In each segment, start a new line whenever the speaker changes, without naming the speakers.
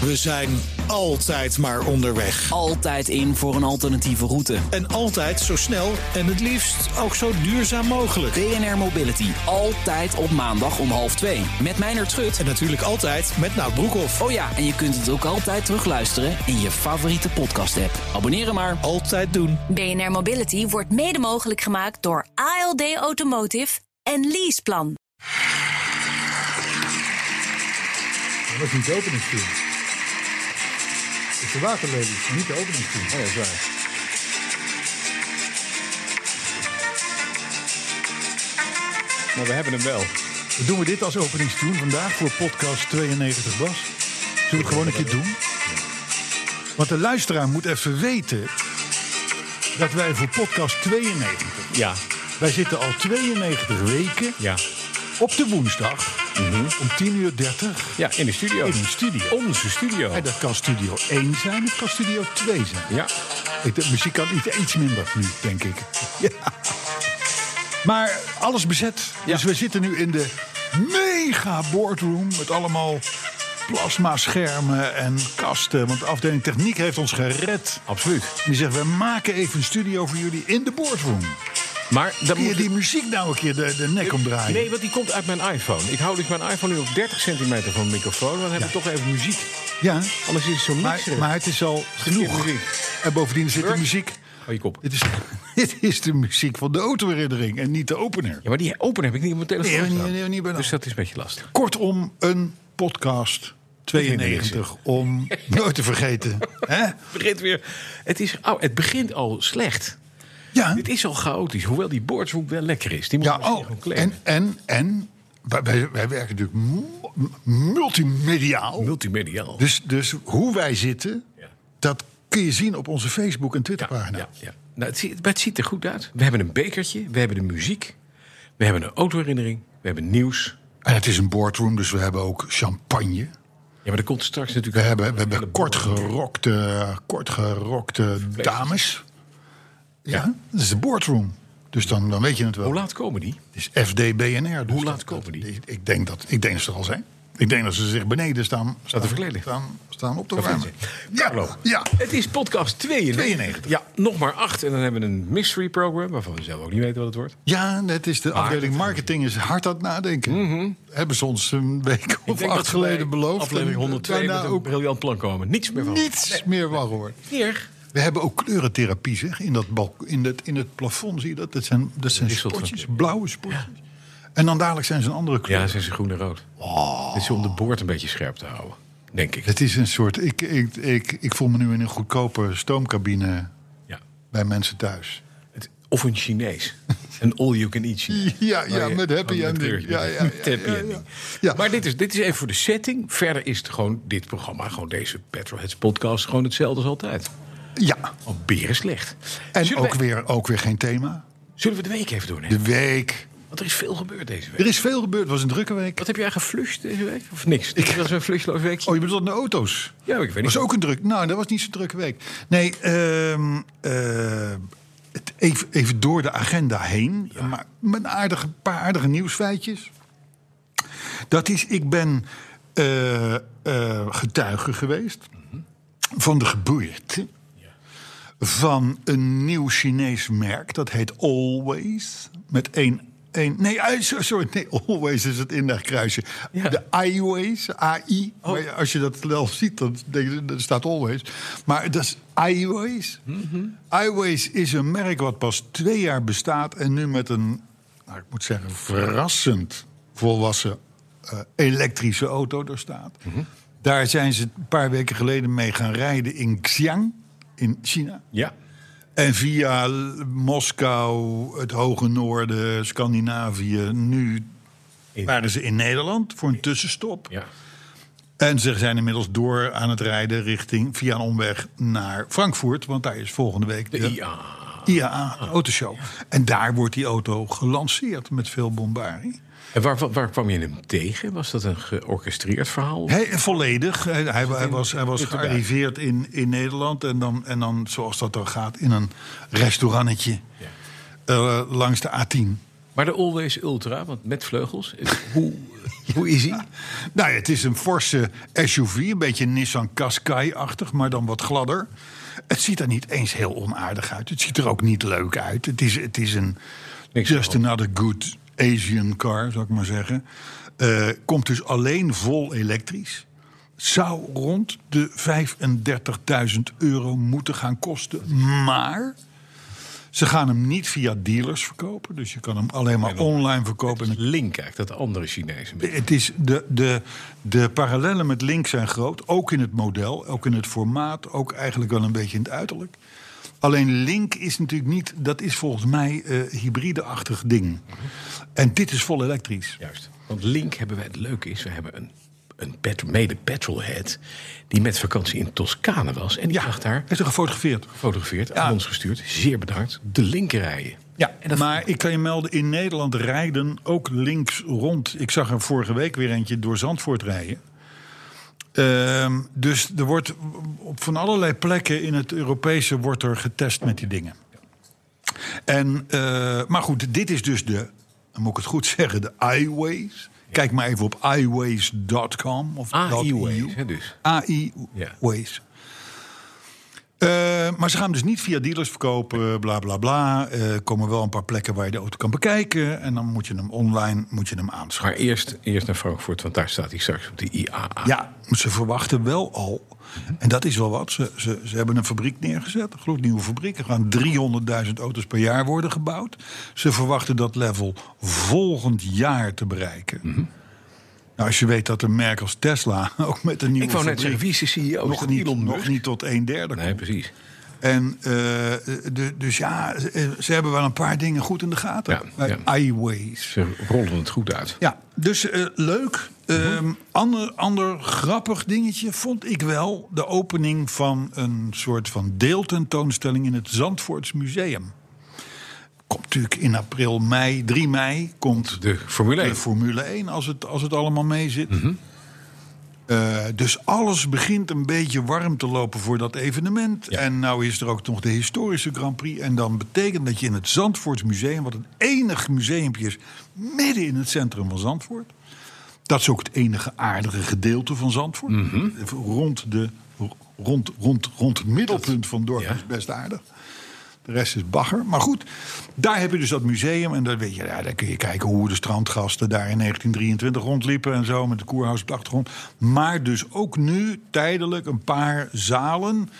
We zijn altijd maar onderweg.
Altijd in voor een alternatieve route.
En altijd zo snel en het liefst ook zo duurzaam mogelijk.
BNR Mobility. Altijd op maandag om half twee. Met Meijner Schut.
En natuurlijk altijd met Nout Broekhoff.
Oh ja, en je kunt het ook altijd terugluisteren in je favoriete podcast-app. Abonneren maar.
Altijd doen.
BNR Mobility wordt mede mogelijk gemaakt door ALD Automotive en Leaseplan.
Dat was niet de openingstune. Dat is de waterlelies, niet de openingstune. Oh ja, dat is waar.
Maar we hebben hem wel.
Dan doen we dit als openingstune vandaag voor podcast 92 Bas. Zullen we het gewoon een keer doen? Want de luisteraar moet even weten dat wij voor podcast 92...
Ja,
Wij zitten al 92 weken
ja. Mhm.
op de woensdag om 10.30 uur 30
Ja, in de studio.
in een studio.
Onze studio.
En dat kan studio 1 zijn, het kan studio 2 zijn.
Ja.
Ik, de muziek kan iets, iets minder nu, denk ik. Ja. Maar alles bezet.
Ja.
Dus we zitten nu in de mega boardroom met allemaal plasma-schermen en kasten. Want de afdeling techniek heeft ons gered.
Absoluut.
Die zegt, we maken even een studio voor jullie in de boardroom.
Maar dan
Kun je
moet...
die muziek nou een keer de, de nek omdraaien?
Nee, want die komt uit mijn iPhone. Ik hou dus mijn iPhone nu op 30 centimeter van mijn microfoon. Dan heb ik toch even muziek.
Ja,
Anders is het zo
maar,
mixerig.
maar het is al genoeg.
muziek.
En bovendien zit de
Work.
muziek...
Oh, je kop.
Dit is, dit is de muziek van de autoherinnering en niet de opener.
Ja, maar die open heb ik niet op mijn telefoon
Nee,
staan.
nee, nee, niet bij
Dus
nou.
dat is een beetje lastig.
Kortom, een podcast 92 om nooit te vergeten. hè?
Het begint weer... Het, is, oh, het begint al slecht.
Ja,
Dit is al chaotisch. Hoewel die boordshoek wel lekker is. Die moet
ja
je misschien
oh,
gewoon claimen.
en, en, en wij, wij- wij werken natuurlijk mu- multimediaal.
Multimediaal.
Dus, dus hoe wij zitten,
Ja.
dat kun je zien op onze Facebook- en
Ja,
Twitterpagina.
ja, ja. Nou, het, ziet, maar het ziet er goed uit. We hebben een bekertje, we hebben de muziek, we hebben een autoherinnering, we hebben nieuws.
En het is een boardroom, dus we hebben ook champagne.
Ja, maar er komt straks
We
natuurlijk.
hebben, we hebben kortgerokte, kortgerokte dames. Ja, dat is de boardroom. Dus dan, dan weet je het wel.
Hoe laat komen die?
Het is FDBNR. Dus
Hoe laat
dat-
komen die?
Ik, ik denk dat, ik denk dat ze er al zijn. Ik denk dat ze zich beneden staan, staan,
te verkleden.
staan, staan op te
Dat
warmen.
vind
Ja, ja.
Het is podcast 92.
92.
Ja, nog maar acht. En dan hebben we een mystery program, waarvan we zelf ook niet weten wat het wordt.
ja, het is de afdeling marketing is hard aan het nadenken. Hebben ze ons een week
Mhm. Ik
of
denk dat
acht
ze
geleden
bij
beloofd.
Aflevering
en
102
daarna
met een
ook
briljant plan komen. Niets meer van.
niets meer van gehoord.
Hier.
We hebben ook kleurentherapie, zeg. In, dat balk, in, het, in het plafond zie je dat. Dat zijn, dat zijn
wisselt van
spotjes, blauwe spotjes. En dan dadelijk zijn ze een andere kleur.
Ja, zijn ze groen en rood. Dit is om de boord een beetje scherp te houden, denk ik.
Oh. Het is een soort... Ik, ik, ik, ik voel me nu in een goedkope stoomcabine
Ja.
bij mensen thuis.
Het- of een Chinees. Een all-you-can-eat Chinees. Oh,
Ja, ja,
Waar je-
met happy
met
ending.
kleurtjes.
Ja, ja, ja,
Met happy
ja, ja.
ending.
Ja.
Maar dit is, dit is even voor de setting. Verder is het gewoon dit programma, gewoon deze Petrolheads podcast, gewoon hetzelfde als altijd.
Ja,
Al beren Oh, slecht.
en
zullen,
ook
we,
weer, ook weer geen thema.
zullen we de week even doen? Hè?
De week.
Want er is veel gebeurd deze week.
Er is veel gebeurd, het was een drukke week.
Wat heb jij geflushed deze week? Of niks? Ik was een flushloos weekje.
Oh, je bedoelt de auto's?
Ja, ik weet
Dat
niet.
was ook een druk. Nou, dat was niet zo'n drukke week. Nee, ehm, eh, het even, even door de agenda heen. Maar met een aardige, paar aardige nieuwsfeitjes. Dat is, ik ben eh, eh, getuige geweest
Mhm.
van de gebeurte van een nieuw Chinees merk. Dat heet Always. Met één. één nee, eh, so- sorry, nee, Always is het in dat kruisje.
Ja.
De iWays, AI. Maar Als je dat wel ziet, dan denk je, dat staat Always. Maar dat is iWays. iWays is een merk wat pas twee jaar bestaat... en nu met een, nou, ik moet zeggen, verrassend volwassen eh, elektrische auto er staat. Daar zijn ze een paar weken geleden mee gaan rijden in Xi'an, in China.
Ja.
En via L- Moskou, het hoge noorden, Scandinavië, nu
In-
waren ze in Nederland voor een tussenstop.
ja.
En ze zijn inmiddels door aan het rijden richting via een omweg naar Frankfurt, want daar is volgende week de,
Ja.
IAA
Ah.
de autoshow. En daar wordt die auto gelanceerd met veel bombarie.
En waar, waar, waar kwam je hem tegen? Was dat een georchestreerd verhaal?
Hij, volledig. Hij, hij, hij was, hij was gearriveerd in, in Nederland. En dan, en dan, zoals dat dan gaat, in een restaurantetje. eh, langs de A10.
Maar de Always Ultra, want met vleugels, eh, hoe, hoe is die?
Nou, ja, het is een forse SUV, een beetje Nissan Qashqai-achtig, maar dan wat gladder. Het ziet er niet eens heel onaardig uit. Het ziet er ook niet leuk uit. Het is, het is een
Niks
just
aan
another good Asian car, zou ik maar zeggen. Eh, komt dus alleen vol elektrisch. Zou rond de 35.000 euro moeten gaan kosten. Maar ze gaan hem niet via dealers verkopen. Dus je kan hem alleen maar online verkopen. En
Link kijkt dat andere Chinezen.
het is de, de, de parallellen met Link zijn groot. Ook in het model, ook in het formaat, ook eigenlijk wel een beetje in het uiterlijk. Alleen Link is natuurlijk niet, dat is volgens mij eh hybride-achtig ding. En dit is vol elektrisch.
Juist. Want Link hebben wij, het leuke is, we hebben een, een pet- mede petrolhead... die met vakantie in Toscane was. En die
Ja,
zag daar,
is er gefotografeerd.
gefotografeerd, aan ons gestuurd, zeer bedankt, de linker rijden.
Ja, maar ik kan je melden, in Nederland rijden ook links rond. Ik zag er vorige week weer eentje door Zandvoort rijden. Ehm, dus er wordt op van allerlei plekken in het Europese wordt er getest met die dingen. En, eh, maar goed, dit is dus de, dan moet ik het goed zeggen, de iWays. Kijk maar even op iWays.com of E
AI-ways, hè, dus. Ja.
AI-ways. Eh, maar ze gaan hem dus niet via dealers verkopen, bla bla bla. Eh komen wel een paar plekken waar je de auto kan bekijken. En dan moet je hem online moet je hem aanschaffen.
Maar eerst, eerst naar Frankfurt, want daar staat hij straks op de IAA.
Ja, maar ze verwachten wel al. En dat is wel wat. Ze, ze, ze hebben een fabriek neergezet, een gloednieuwe fabriek. Er gaan 300.000 auto's per jaar worden gebouwd. Ze verwachten dat level volgend jaar te bereiken.
Mhm.
Nou, als je weet dat een merk als Tesla ook met een nieuwe
Ik wou net
fabriek
zeggen, wie is de CEO? Is
nog,
dat
niet,
Elon
nog
Musk?
niet tot een derde
Nee, precies.
En eh, de, dus ja, ze ze hebben wel een paar dingen goed in de gaten.
Ja,
Bij
ja.
iWays.
Ze rollen het goed uit.
Ja, dus eh, leuk.
Mhm.
Ehm, ander, ander grappig dingetje vond ik wel de opening van een soort van deeltentoonstelling in het Zandvoorts Museum. Komt natuurlijk in april, mei, 3 mei komt
De Formule Mhm. 1.
de Formule 1 als het, als het allemaal mee zit. Eh, dus alles begint een beetje warm te lopen voor dat evenement.
Ja.
En nou is er ook nog de historische Grand Prix. En dan betekent dat je in het Zandvoorts Museum, wat het enige museumpje is midden in het centrum van Zandvoort. Dat is ook het enige aardige gedeelte van Zandvoort.
Mhm.
Rond, de, rond, rond, rond het middelpunt van het dorp
Ja.
is best aardig. De rest is bagger. Maar goed, daar heb je dus dat museum. En daar, weet je, ja, daar kun je kijken hoe de strandgasten daar in 1923 rondliepen en zo. Met de koerhuis op de achtergrond. Maar dus ook nu tijdelijk een paar zalen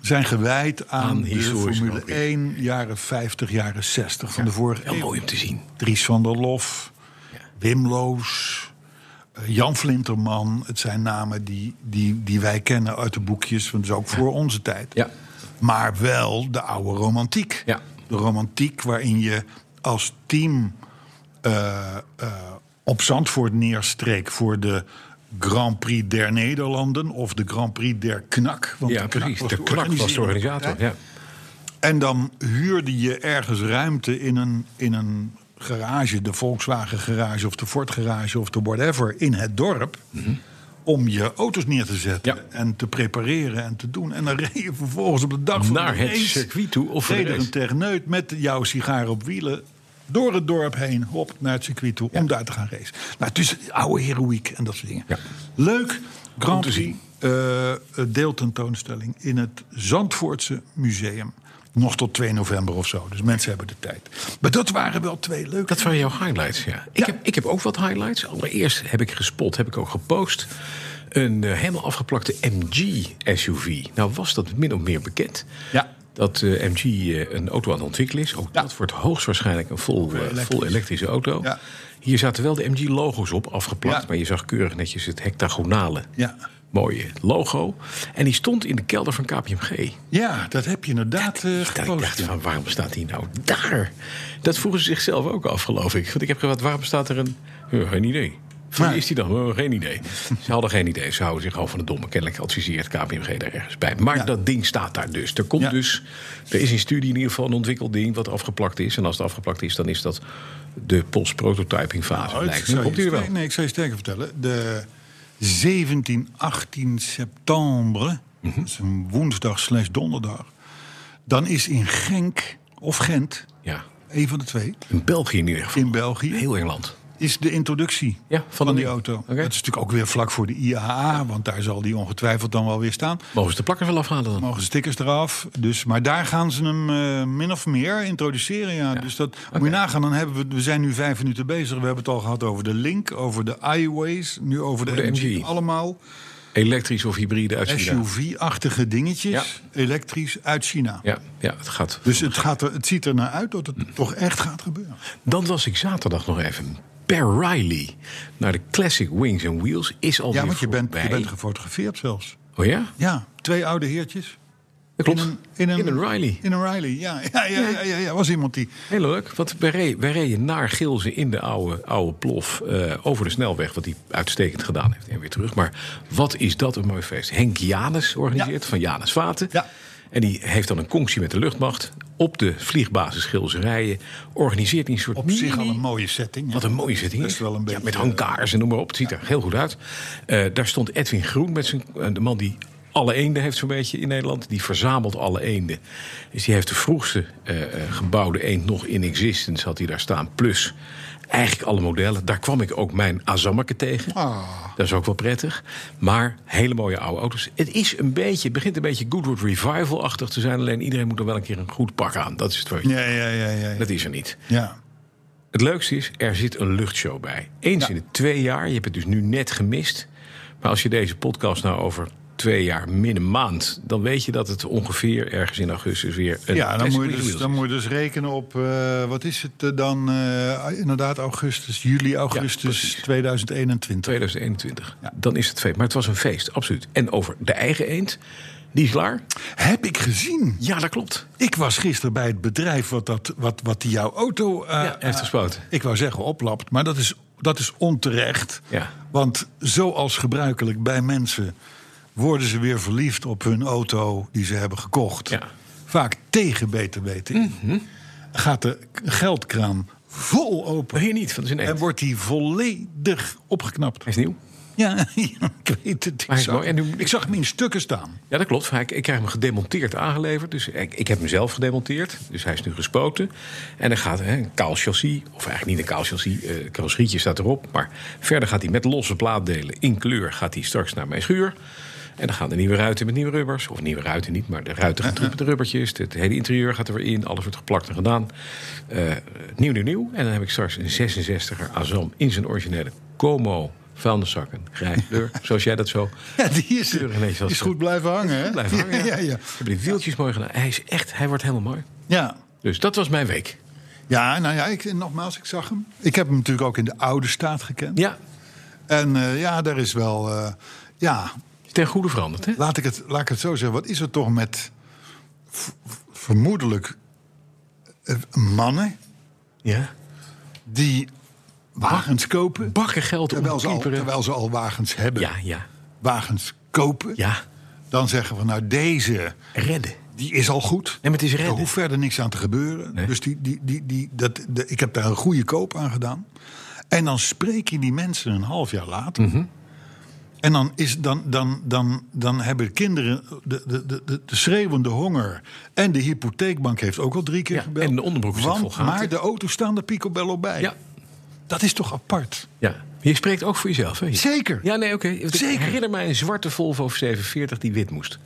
zijn gewijd aan,
Aan
de
historische
Formule
Grand Prix.
1, jaren 50, jaren 60 van de vorige
Heel
eeuw.
mooi om te zien.
Dries van der Lof, Wim Loos, eh, Jan Flinterman. Het zijn namen die, die, die wij kennen uit de boekjes, want het is ook voor onze tijd.
Ja.
Maar wel de oude romantiek.
Ja.
De romantiek waarin je als team eh, eh, op Zandvoort neerstreek voor de Grand Prix der Nederlanden of de Grand Prix der Knak. Want
Ja, precies. De knak was de
organisator.
organisator. Ja.
En dan huurde je ergens ruimte in een, in een garage, de Volkswagen garage of de Ford garage of de whatever, in het dorp. Om je auto's neer te zetten
Mhm. Ja.
en te prepareren en te doen. En dan reed je vervolgens op de dag van
Naar
de
het
race,
circuit toe of voor de
reed er
race.
een terneut met jouw sigaar op wielen. Door het dorp heen, hop, naar het circuit toe, om daar te gaan racen. Nou, tussen oude heroïek en dat soort dingen.
Ja.
Leuk, Grand
te
Prix,
zien.
eh, deeltentoonstelling in het Zandvoortse Museum. Nog tot 2 november of zo. Dus mensen hebben de tijd. Maar dat waren wel twee leuke.
Dat waren jouw highlights, ja. Ik,
Ja.
Heb, ik heb ook wat highlights. Allereerst heb ik gespot, heb ik ook gepost... een eh, helemaal afgeplakte MG-SUV. Nou was dat min of meer bekend.
Ja.
Dat eh, MG eh, een auto aan het ontwikkelen is. Ook
Ja.
dat wordt hoogstwaarschijnlijk een vol, eh,
elektrisch.
vol elektrische auto.
Ja.
Hier zaten wel de MG-logo's op, afgeplakt.
Ja.
Maar je zag keurig netjes het hectagonale
Ja.
mooie logo. En die stond in de kelder van KPMG.
ja, dat heb je inderdaad eh,
Dat ik dacht
gepost.
van, waarom staat die nou daar? Dat vroegen ze zichzelf ook af, geloof ik. Want ik heb gevraagd, waarom staat er een... Eh, geen idee. Van wie
Nee.
is die dan? Eh, geen idee. Ze hadden geen idee. Ze houden zich al van de domme. Kennelijk adviseert KPMG daar ergens bij. Maar
Ja.
dat ding staat daar dus. Er komt
Ja.
dus... Er is een studie in ieder geval een ontwikkeld ding wat afgeplakt is. En als het afgeplakt is, dan is dat de post-prototyping fase.
Oh, ik
lijkt me.
zou je
Komt hier wel.
sterk- Nee, ik zou je sterker vertellen. De 17, 18 september,
Mhm.
dat is een woensdag slash donderdag... dan is in Genk of Gent
Ja.
een van de twee,
In België in ieder geval.
in België,
Heel Engeland.
is de introductie
Ja, van
van,
de
die
nieuwe.
auto.
Oké.
Dat is natuurlijk ook weer vlak voor de IAA, want daar zal die ongetwijfeld dan wel weer staan.
Mogen ze de plakkers wel afhalen dan?
Mogen stickers eraf. Dus, maar daar gaan ze hem eh, min of meer introduceren. Ja. Dus dat moet je nagaan. Dan hebben we, we zijn nu vijf minuten bezig. We hebben het al gehad over de Link, over de iWays, nu over de,
Over de
MG.
MG.
Allemaal
Elektrisch of hybride uit China.
SUV-achtige dingetjes, elektrisch, uit China.
Ja, ja, het gaat.
Dus het, gaat er, het ziet er naar uit dat het toch echt gaat gebeuren.
Dan was ik zaterdag nog even. Per Riley naar de Classic Wings and Wheels is al
Ja, want je bent, je bent
gewoon.
gefotografeerd zelfs.
Oh ja?
Ja, twee oude heertjes.
Dat klopt.
In een, in een,
Riley.
In een Riley, ja. Ja, ja, ja, ja, ja. was iemand die...
Heel leuk, want wij, re- wij reden naar Gilze in de oude, oude plof eh, over de snelweg. Wat hij uitstekend gedaan heeft en weer terug. Maar wat is dat een mooi feest. Henk Janus organiseert van Janus Vaten.
Ja.
En die heeft dan een conctie met de luchtmacht. Op de vliegbasis Gilze rijden. Organiseert hij een soort
Op zich al
mini-
een mooie setting. ja.
Wat een mooie zitting
Dat
is.
is wel een beetje-
ja, met hangars en noem maar op. Het ziet er heel goed uit. Eh, daar stond Edwin Groen met zijn... eh, de man die alle eenden heeft zo'n beetje in Nederland. Die verzamelt alle eenden. Dus die heeft de vroegste eh, eh, gebouwde eend nog in existence. Had hij daar staan. Plus eigenlijk alle modellen. Daar kwam ik ook mijn Azammeke tegen.
Ah.
Dat is ook wel prettig. Maar hele mooie oude auto's. Het is een beetje... Het begint een beetje Goodwood Revival-achtig te zijn. Alleen iedereen moet er wel een keer een goed pak aan. Dat is het wel.
Ja, ja, ja, ja. ja.
Dat is er niet.
ja.
Het leukste is, er zit een luchtshow bij. Eens in de twee jaar. Je hebt het dus nu net gemist. Maar als je deze podcast nou over twee jaar min een maand... dan weet je dat het ongeveer ergens in augustus weer... Een
Ja, dan
Classic
moet, je
Wheels
dus,
is.
dan moet je dus rekenen op, eh, wat is het eh, dan, eh, inderdaad augustus, juli, augustus
precies.
2021.
2021. Dan is het feest. Maar het was een feest, absoluut. En over de eigen eend, die is klaar.
Heb ik gezien.
Ja, dat klopt.
Ik was gisteren bij het bedrijf wat, dat, wat, wat die jouw auto... eh,
Ja, heeft gespoten.
Ik wou zeggen oplapt, maar dat is, dat is onterecht.
Ja.
Want zoals gebruikelijk bij mensen worden ze weer verliefd op hun auto die ze hebben gekocht.
Ja. Mhm.
Vaak tegen beter weten. in. Gaat de geldkraan vol open.
Hier niet, van is een
En
eend.
wordt die volledig opgeknapt.
Hij is nieuw.
Ja, ik weet het. Ik
Maar hij is
zag,
mooi. En nu-
ik zag hem in stukken staan.
Ja, dat klopt. Ik, ik krijg hem gedemonteerd aangeleverd. Dus ik, ik heb hem zelf gedemonteerd. Dus hij is nu gespoten. En dan gaat hè, een kaal chassis, of eigenlijk niet een kaal chassis, eh carrosserietje staat erop. Maar verder gaat hij met losse plaatdelen in kleur gaat hij straks naar mijn schuur. En dan gaan de nieuwe ruiten met nieuwe rubbers. Of nieuwe ruiten niet, maar de ruiten gaan terug met de rubbertjes. Het hele interieur gaat er weer in. Alles wordt geplakt en gedaan. Eh, nieuw, nieuw, nieuw. En dan heb ik straks een 66er Azam in zijn originele Como vuilniszakken. Grijs kleur, zoals jij dat zo...
Ja, die is,
Keurig netjes als
is
ze-
goed blijven hangen. Hè?
Blijf hangen, ja.
Ja, ja, ja.
Ze hebben die wieltjes mooi gedaan. Hij is echt, hij wordt helemaal mooi.
ja.
Dus dat was mijn week.
Ja, nou ja, ik, en nogmaals, ik zag hem. Ik heb hem natuurlijk ook in de oude staat gekend.
Ja,
En eh, ja, daar is wel... eh, ja,
ten goede veranderd, hè?
laat ik, het, laat ik het zo zeggen. Wat is er toch met v- v- vermoedelijk eh, mannen
Ja.
die wagens kopen...
Bakken geld om
Terwijl ze,
te
al,
kieperen.
terwijl ze al wagens hebben.
Ja, ja,
Wagens kopen.
ja.
Dan zeggen we, nou deze...
Redden.
Die is al goed.
maar het is redden.
Er hoeft verder niks aan te gebeuren.
Nee.
Dus die, die, die, die, dat, de- ik heb daar een goede koop aan gedaan. En dan spreek je die mensen een half jaar later.
Mhm.
En dan, is, dan, dan, dan, dan hebben kinderen de, de, de, de, de schreeuwende honger. En de hypotheekbank heeft ook al drie keer
Ja,
gebeld.
en de onderbroek zit
Want-
vol gaten.
Maar de auto's staan de picobello bij.
Ja.
Dat is toch apart?
Ja. Je spreekt ook voor jezelf, hè?
Zeker.
Ja, nee, oké. Want Ik
Zeker.
herinner mij een zwarte Volvo 47 die wit moest.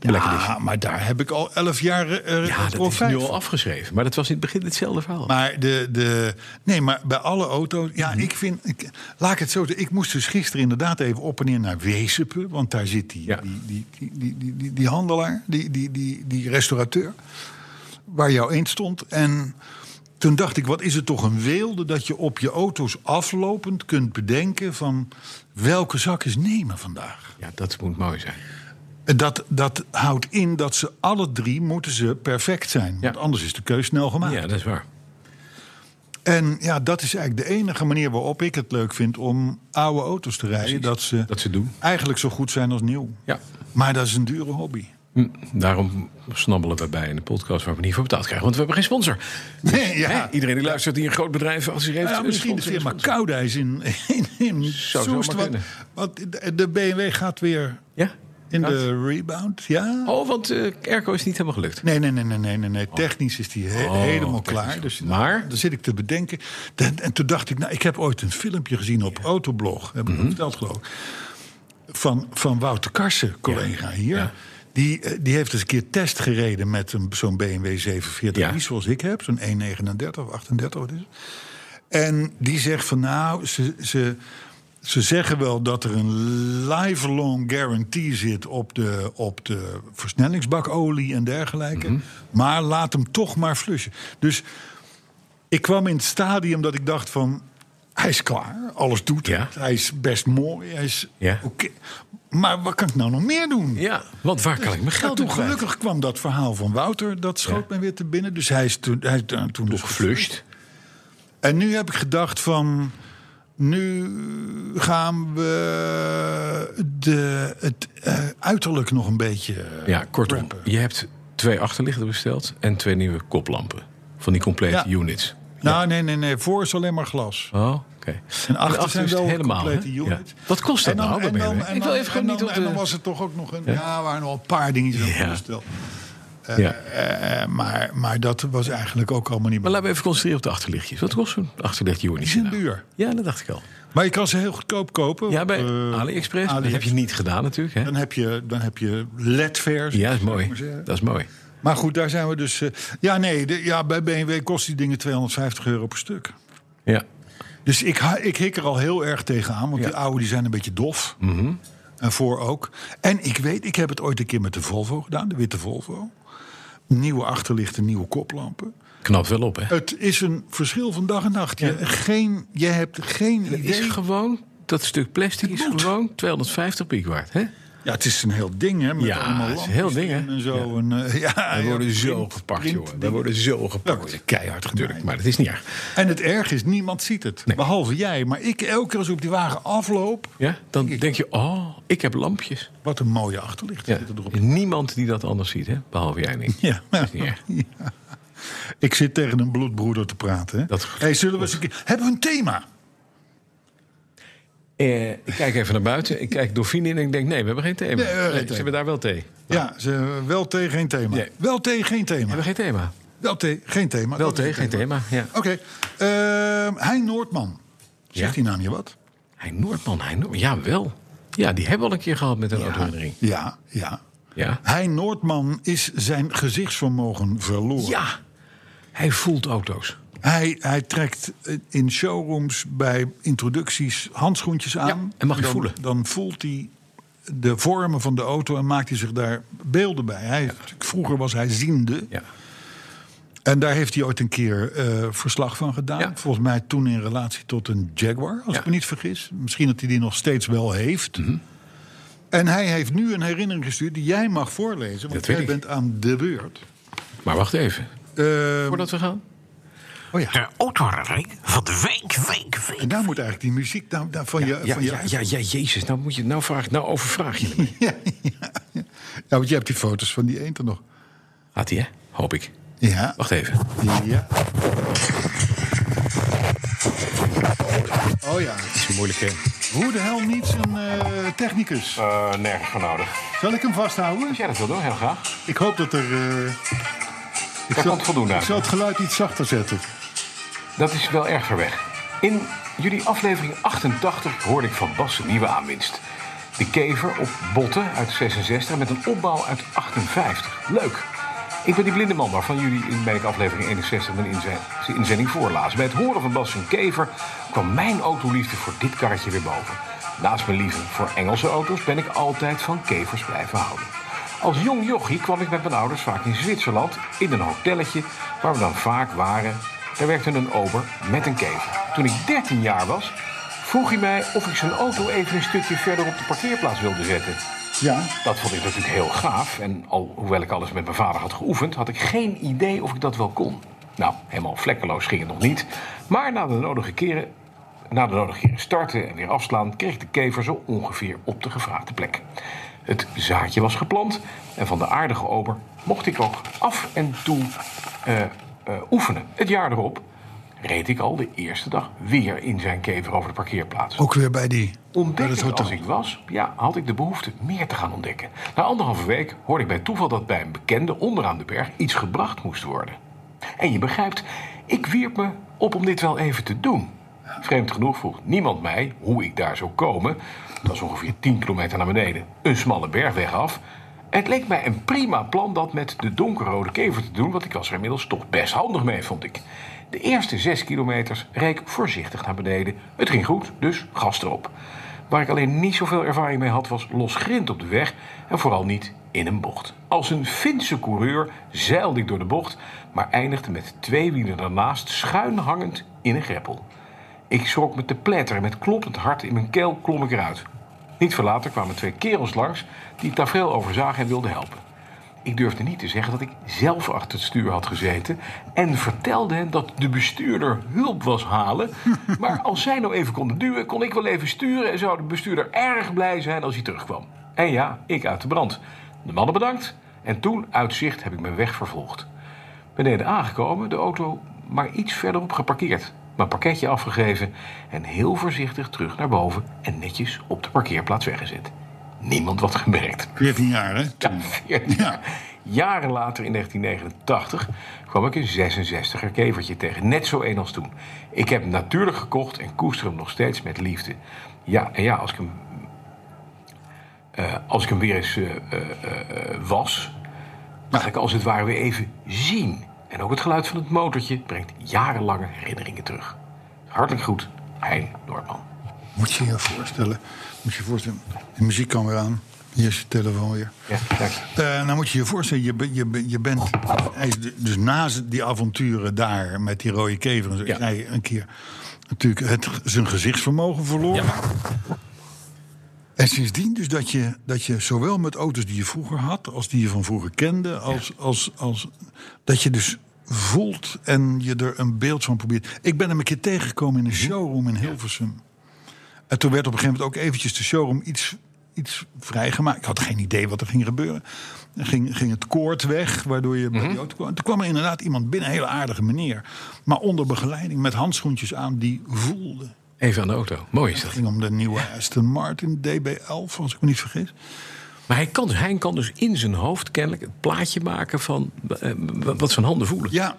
Ja, maar daar heb ik al elf jaar eh
dus. Ja, dat is
profijt
nu
van.
al afgeschreven. Maar dat was in het begin hetzelfde verhaal.
Maar de, de. Nee, maar bij alle auto's. Ja,
Mhm.
ik vind. Ik, laat ik het zo zeggen. Ik moest dus gisteren inderdaad even op en neer naar Wezepen. Want daar zit die,
Ja.
die, die, die, die, die, die, die handelaar, die, die, die, die restaurateur. Waar jouw eend stond. En toen dacht ik, wat is het toch een weelde dat je op je auto's aflopend kunt bedenken van welke zak is nemen vandaag.
Ja, dat moet mooi zijn.
Dat, dat houdt in dat ze alle drie moeten ze perfect zijn. Want
Ja.
anders is de keus snel gemaakt.
Ja, dat is waar.
En ja, dat is eigenlijk de enige manier waarop ik het leuk vind om oude auto's te rijden.
Precies.
Dat ze,
Dat ze doen.
eigenlijk zo goed zijn als nieuw.
Ja.
Maar dat is een dure hobby.
Hm, Daarom snabbelen we bij in de podcast waar we niet voor betaald krijgen. Want we hebben geen sponsor.
Nee, ja.
Hè? Iedereen die luistert die een groot bedrijf als zich heeft. eh,
Ja,
een
misschien de
sponsor,
firma
een sponsor.
Koudijs in, in, in
Zou
Soest, want-
zomaar kunnen.
Want de- de BMW gaat weer...
Ja?
In de rebound, ja.
Oh, want eh airco is niet helemaal gelukt. Oh.
Nee, nee, nee, nee, nee, nee, nee. Technisch is die he- helemaal klaar. Dus
Maar?
Dan zit ik te bedenken. Dan- en toen dacht ik, nou, ik heb ooit een filmpje gezien op Autoblog.
Mhm.
Heb ik het verteld, geloof ik. Van, van Wouter Karsen, collega hier.
Ja.
Die, eh, die heeft eens een keer test gereden met een- zo'n BMW 740
Ja.
i zoals ik heb. Zo'n 139 of 38, wat is het? En die zegt van nou, ze, ze, ze zeggen wel dat er een lifelong guarantee zit op de, op de versnellingsbakolie en dergelijke.
Mhm.
Maar laat hem toch maar flushen. Dus ik kwam in het stadium dat ik dacht van. Hij is klaar, alles doet
Ja.
het. Hij is best mooi, hij is
Ja.
oké. Maar wat kan ik nou nog meer doen?
Ja, want waar kan ik mijn geld
toen
op kwijt?
Nou, gelukkig kwam dat verhaal van Wouter, dat schoot
Ja.
mij weer te binnen. Dus hij is toen, hij is toen dus
geflushed.
en nu heb ik gedacht van. Nu gaan we de, het eh, uiterlijk nog een beetje.
Ja, kortom. Je hebt twee achterlichten besteld en twee nieuwe koplampen. Van die complete
Ja.
units.
Nou, nee, nee, nee. Voor is alleen maar glas.
Oh, oké.
En achter,
achter
zijn
is het
wel
helemaal,
complete
hè?
units.
Ja. Wat kost dat
En dan-
nou? Daar
En
ben je
dan,
mee.
en
Ik wil
dan- en
even gewoon niet
dan-
op
En
de-
dan was het toch ook nog een. Ja, er waren nog wel een paar dingetjes aan
Ja.
het bestel.
ja.
Eh, maar, maar dat was eigenlijk ook allemaal niet
Maar
meer.
laten we even concentreren op de achterlichtjes. Wat kost zo'n achterlicht unit?
Die zijn
nou?
duur.
Ja, dat dacht ik al.
Maar je kan ze heel goedkoop kopen.
Ja, bij
Eh,
AliExpress. Dat heb
AliEx-
je niet gedaan natuurlijk, hè?
Dan heb je, dan heb je LED-vers.
Ja, dat is mooi. Dat is mooi.
Maar goed, daar zijn we dus. eh, ja, nee, de- ja, bij BMW kost die dingen 250 euro per stuk.
Ja.
Dus ik, ha- ik hik er al heel erg tegenaan, want
Ja. Mhm.
die oude die zijn een beetje dof. En voor ook. En ik weet, ik heb het ooit een keer met de Volvo gedaan, de witte Volvo. Nieuwe achterlichten, nieuwe koplampen.
Knapt wel op, hè?
Het is een verschil van dag en nacht. Je, geen, je hebt geen
Het is
idee.
gewoon, dat stuk plastic is gewoon 250 piek waard, hè?
Ja, het is een heel ding, hè? Met
Ja,
allemaal
het is
lampjes
een heel ding, hè?
erin En zo. En, eh, ja, ja,
We worden zo
print-
gepakt,
print
jongen. We
dingen.
worden zo
Ja,
gepakt.
dat is keihard gedaan.
Natuurlijk, maar dat is niet erg.
En het erg is, niemand ziet het. Behalve jij. Maar ik elke keer als ik op die wagen afloop...
Ja? Dan denk je, oh, ik heb lampjes.
Wat een mooie achterlicht
Ja.
zit er erop.
Niemand die dat anders ziet, hè? Behalve jij niet.
Ja.
is niet erg.
Ja. Ik zit tegen een bloedbroeder te praten. Hè?
Dat-
hey, zullen we eens een keer... Hebben we een thema?
Eh, ik kijk even naar buiten. Ik kijk door Fien in en ik denk, nee, we hebben geen thema.
Nee, we hebben geen
ze
thema.
hebben daar wel thee.
Ja, ze, wel tegen geen thema.
Nee.
Wel tegen geen
We
thema.
hebben geen thema.
Wel tegen geen thema.
Wel
Dat is
thee, geen
het
thema. Ja.
Oké. Ehm, Hein Noordman. Zegt
Ja.
die naam je wat?
Hij Noordman, hij Noordman. Ja, wel. Ja, die hebben we al een keer gehad met een autoherinnering.
Ja, ja.
Ja.
Hein Noordman is zijn gezichtsvermogen verloren.
Ja, hij voelt auto's.
Hij, hij trekt eh, in showrooms bij introducties handschoentjes aan.
en mag hij
dan,
voelen.
Dan voelt hij de vormen van de auto en maakt hij zich daar beelden bij. Hij, Vroeger was hij ziende.
Ja.
En daar heeft hij ooit een keer eh, verslag van gedaan.
Ja.
Volgens mij toen in relatie tot een Jaguar, als
Ja. Mhm.
ik me niet vergis. Misschien dat hij die nog steeds wel heeft. En hij heeft nu een herinnering gestuurd die jij mag voorlezen. Want
Dat
jij
weet ik.
bent aan de beurt.
Maar wacht even,
Eh,
voordat we gaan.
oh ja.
De autoherinnering van de week, week, week.
En daar moet eigenlijk die muziek daar- daar van je...
Ja,
van je
ja, ja, ja, jezus, nou, moet je, nou, vraag, nou overvraag je me.
ja, ja. ja, want je hebt die foto's van die eend er nog.
Had hij, hè? Hoop ik.
Ja.
Wacht even.
ja. Oh ja.
Het is een moeilijke...
Hoe de hel niet zijn eh, technicus?
nergens voor nodig.
Zal ik hem vasthouden?
Ja, dat wil doen, heel graag.
Ik hoop dat er... eh, ik
komt voldoende
Ik
uit.
zal het geluid iets zachter zetten.
Dat is wel erg ver weg. In jullie aflevering 88 hoorde ik van Bas een nieuwe aanwinst. De kever op botten uit 66 met een opbouw uit 58. Leuk. Ik ben die blinde man waarvan jullie in mijn aflevering 61 mijn inzend- inzending voorlazen. Bij het horen van Bas zijn kever kwam mijn autoliefde voor dit karretje weer boven. Naast mijn liefde voor Engelse auto's ben ik altijd van kevers blijven houden. Als jong jochie kwam ik met mijn ouders vaak in Zwitserland in een hotelletje waar we dan vaak waren. Daar werkte een ober met een kever. Toen ik 13 jaar was, vroeg hij mij of ik zijn auto even een stukje verder op de parkeerplaats wilde zetten.
Ja.
Dat vond ik natuurlijk heel gaaf en alhoewel ik alles met mijn vader had geoefend, had ik geen idee of ik dat wel kon. Nou, helemaal vlekkeloos ging het nog niet, maar na de nodige keren, na de nodige keren starten en weer afslaan, kreeg de kever zo ongeveer op de gevraagde plek. Het zaadje was geplant en van de aardige ober mocht ik ook af en toe eh, eh, oefenen. Het jaar erop reed ik al de eerste dag weer in zijn kever over de parkeerplaats.
Ook weer bij die. bij
Ontdekte
dat
ik
hotel.
als ik was, ja, had ik de behoefte meer te gaan ontdekken. Na anderhalve week hoorde ik bij toeval dat bij een bekende onderaan de berg iets gebracht moest worden. En je begrijpt, ik wierp me op om dit wel even te doen. Vreemd genoeg vroeg niemand mij hoe ik daar zou komen. Dat is ongeveer 10 kilometer naar beneden, een smalle bergweg af. Het leek mij een prima plan dat met de donkerrode kever te doen, want ik was er inmiddels toch best handig mee, vond ik. De eerste zes kilometers reek ik voorzichtig naar beneden. Het ging goed, dus gas erop. Waar ik alleen niet zoveel ervaring mee had, was losgrind op de weg en vooral niet in een bocht. Als een Finse coureur zeilde ik door de bocht, maar eindigde met twee wielen daarnaast schuin hangend in een greppel. Ik schrok me te pletter en met kloppend hart in mijn keel klom ik eruit. Niet veel later kwamen twee kerels langs die het tafereel overzagen en wilden helpen. Ik durfde niet te zeggen dat ik zelf achter het stuur had gezeten en vertelde hen dat de bestuurder hulp was halen. Maar als zij nou even konden duwen, kon ik wel even sturen en zou de bestuurder erg blij zijn als hij terugkwam. En ja, ik uit de brand. De mannen bedankt en toen uit zicht heb ik mijn weg vervolgd. Beneden aangekomen, de auto maar iets verderop geparkeerd. Mijn pakketje afgegeven en heel voorzichtig terug naar boven en netjes op de parkeerplaats weggezet. Niemand wat gemerkt.
14 jaar, hè?
Ja,
Toen.
veertien jaar. Jaren later, in 1989, kwam ik een 66er kevertje tegen. Net zo één als toen. Ik heb hem natuurlijk gekocht en koester hem nog steeds met liefde. Ja, en ja, als ik hem, eh, als ik hem weer eens eh, eh, eh, was, mag ik als het ware weer even zien. En ook het geluid van het motortje brengt jarenlange herinneringen terug. Hartelijk goed, Hein Noordman.
Moet je je voorstellen. Moet je je voorstellen. De muziek kan weer aan. Hier is je telefoon weer.
Ja, dank je.
Eh, nou moet je je voorstellen, je, be- je, be- je bent. Hij is de- dus na z- die avonturen daar met die rode kever. En zo,
Ja.
is hij een keer natuurlijk het, zijn gezichtsvermogen verloren. En sindsdien dus dat je, dat je zowel met auto's die je vroeger had, als die je van vroeger kende, als, als, als dat je dus voelt en je er een beeld van probeert. Ik ben hem een keer tegengekomen in een showroom in Hilversum. En toen werd op een gegeven moment ook eventjes de showroom iets, iets vrijgemaakt. Ik had geen idee wat er ging gebeuren. Er ging, ging het koord weg, waardoor je bij die auto kwam. En Toen kwam er inderdaad iemand binnen, een hele aardige meneer. Maar onder begeleiding, met handschoentjes aan, die voelde.
Even aan de auto. Mooi is dat.
Het ging om de nieuwe Aston Martin DB11, als ik me niet vergis.
Maar hij kan, hij kan dus in zijn hoofd kennelijk het plaatje maken van eh, wa- wat zijn handen voelen.
Ja,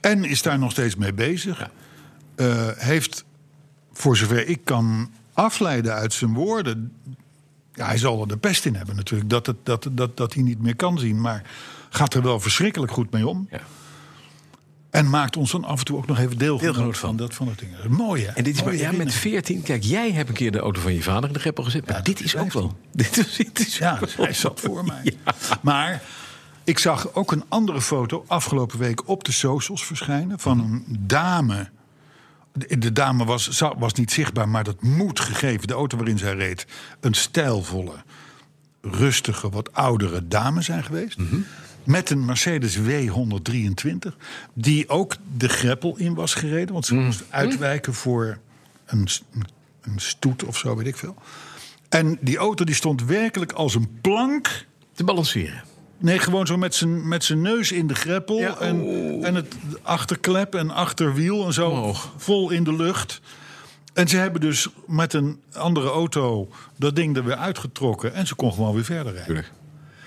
en is daar nog steeds mee bezig. Eh, heeft, voor zover ik kan afleiden uit zijn woorden... Ja, hij zal er de pest in hebben natuurlijk, dat, het, dat, dat, dat hij niet meer kan zien. Maar gaat er wel verschrikkelijk goed mee om.
Ja.
En maakt ons dan af en toe ook nog even deelgenoot,
Deelgenoot
van.
van.
dat van het ding. Dat is Mooi, hè?
En dit is maar,
Mooie
Oh, ja, met
herinnering.
14. Kijk, jij hebt een keer de auto van je vader in de greppel gezet. Maar
Ja,
dit is ook
15.
wel. Dit is, dit is
Ja,
ook
dus
wel-
hij zat voor mij.
Ja.
Maar ik zag ook een andere foto afgelopen week op de socials verschijnen van
Mhm.
een dame. De de dame was, zou- was niet zichtbaar, maar dat moet gegeven. De auto waarin zij reed, een stijlvolle, rustige, wat oudere dame zijn geweest.
Mhm.
Met een Mercedes W123, die ook de greppel in was gereden. Want ze
Mhm.
moest uitwijken voor een, s- een stoet of zo, weet ik veel. En die auto die stond werkelijk als een plank.
Te balanceren.
Nee, gewoon zo met zijn, met zijn neus in de greppel.
Ja,
en, en het achterklep en achterwiel en zo
Omhoog.
vol in de lucht. En ze hebben dus met een andere auto dat ding er weer uitgetrokken. En ze kon gewoon weer verder rijden.
Tuurlijk.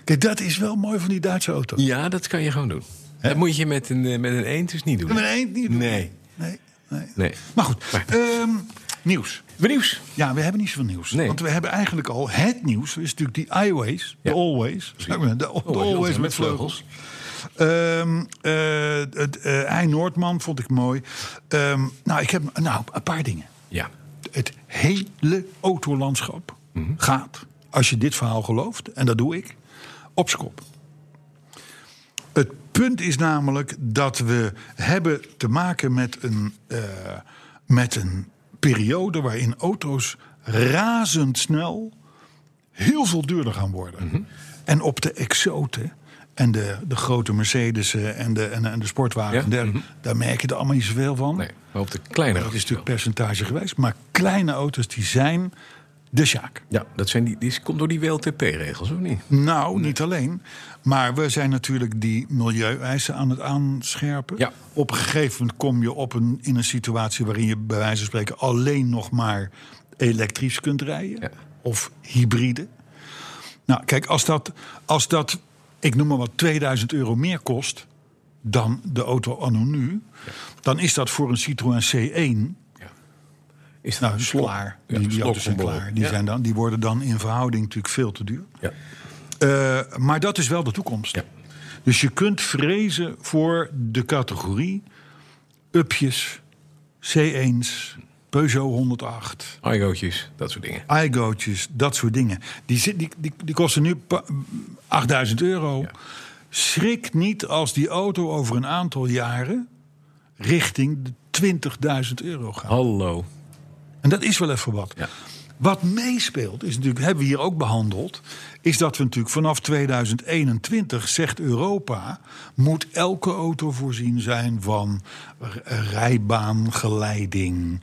Kijk, dat is wel mooi van die Duitse auto.
Ja, dat kan je gewoon doen. Dat moet je met een, eh, met een eend dus niet doen.
Met een eend niet doen.
Nee.
Nee, nee.
Nee.
Maar goed,
Maar-
ehm, nieuws.
Benieuwd.
Ja, we hebben niet zoveel nieuws.
Nee.
Want we hebben eigenlijk al het nieuws. is natuurlijk die iways, de
Ja.
always. zeg maar, De, de always, met, vleugels. Ehm, eh, het, eh, Hein Noordman vond ik mooi. Ehm, nou, ik heb nou, een paar dingen.
Ja.
Het hele autolandschap gaat, als je dit verhaal gelooft, en dat doe ik, op z'n kop. Het punt is namelijk dat we hebben te maken met een, eh, met een periode waarin auto's razendsnel heel veel duurder gaan worden. En op de exoten en de, de grote Mercedes'en en de, en, en de sportwagen,
Ja,
daar, daar merk je er allemaal niet zoveel van.
Nee, maar op de kleinere.
Dat is natuurlijk percentagegewijs. Maar kleine auto's die zijn de Sjaak.
Ja, dat zijn die, die komt door die WLTP-regels, of niet?
Nou, niet alleen. Maar we zijn natuurlijk die milieueisen aan het aanscherpen.
Ja.
Op een gegeven moment kom je op een, in een situatie waarin je bij wijze van spreken alleen nog maar elektrisch kunt rijden.
Ja.
Of hybride. Nou, kijk, als dat, als dat, ik noem maar wat, 2000 euro meer kost dan de auto anno nu, dan is dat voor een Citroën C1
Is dat
nou,
een
is
slok?
klaar.
Ja,
die
een
die
slok
auto's zijn
omhoog.
klaar. Die,
Ja.
zijn dan, die worden dan in verhouding natuurlijk veel te duur.
Ja.
Eh, maar dat is wel de toekomst.
Ja.
Dus je kunt vrezen voor de categorie upjes, C1's, Peugeot 108,
Argootjes, dat soort dingen.
iGo'tjes, dat soort dingen. Die, zit- die, die, die kosten nu pa- 8000 euro.
Ja.
Schrik niet als die auto over een aantal jaren richting de 20.000 euro gaat.
Hallo.
En dat is wel even wat.
Ja.
Wat meespeelt, is natuurlijk, hebben we hier ook behandeld, is dat we natuurlijk vanaf 2021 zegt Europa, moet elke auto voorzien zijn van r- eh, rijbaangeleiding,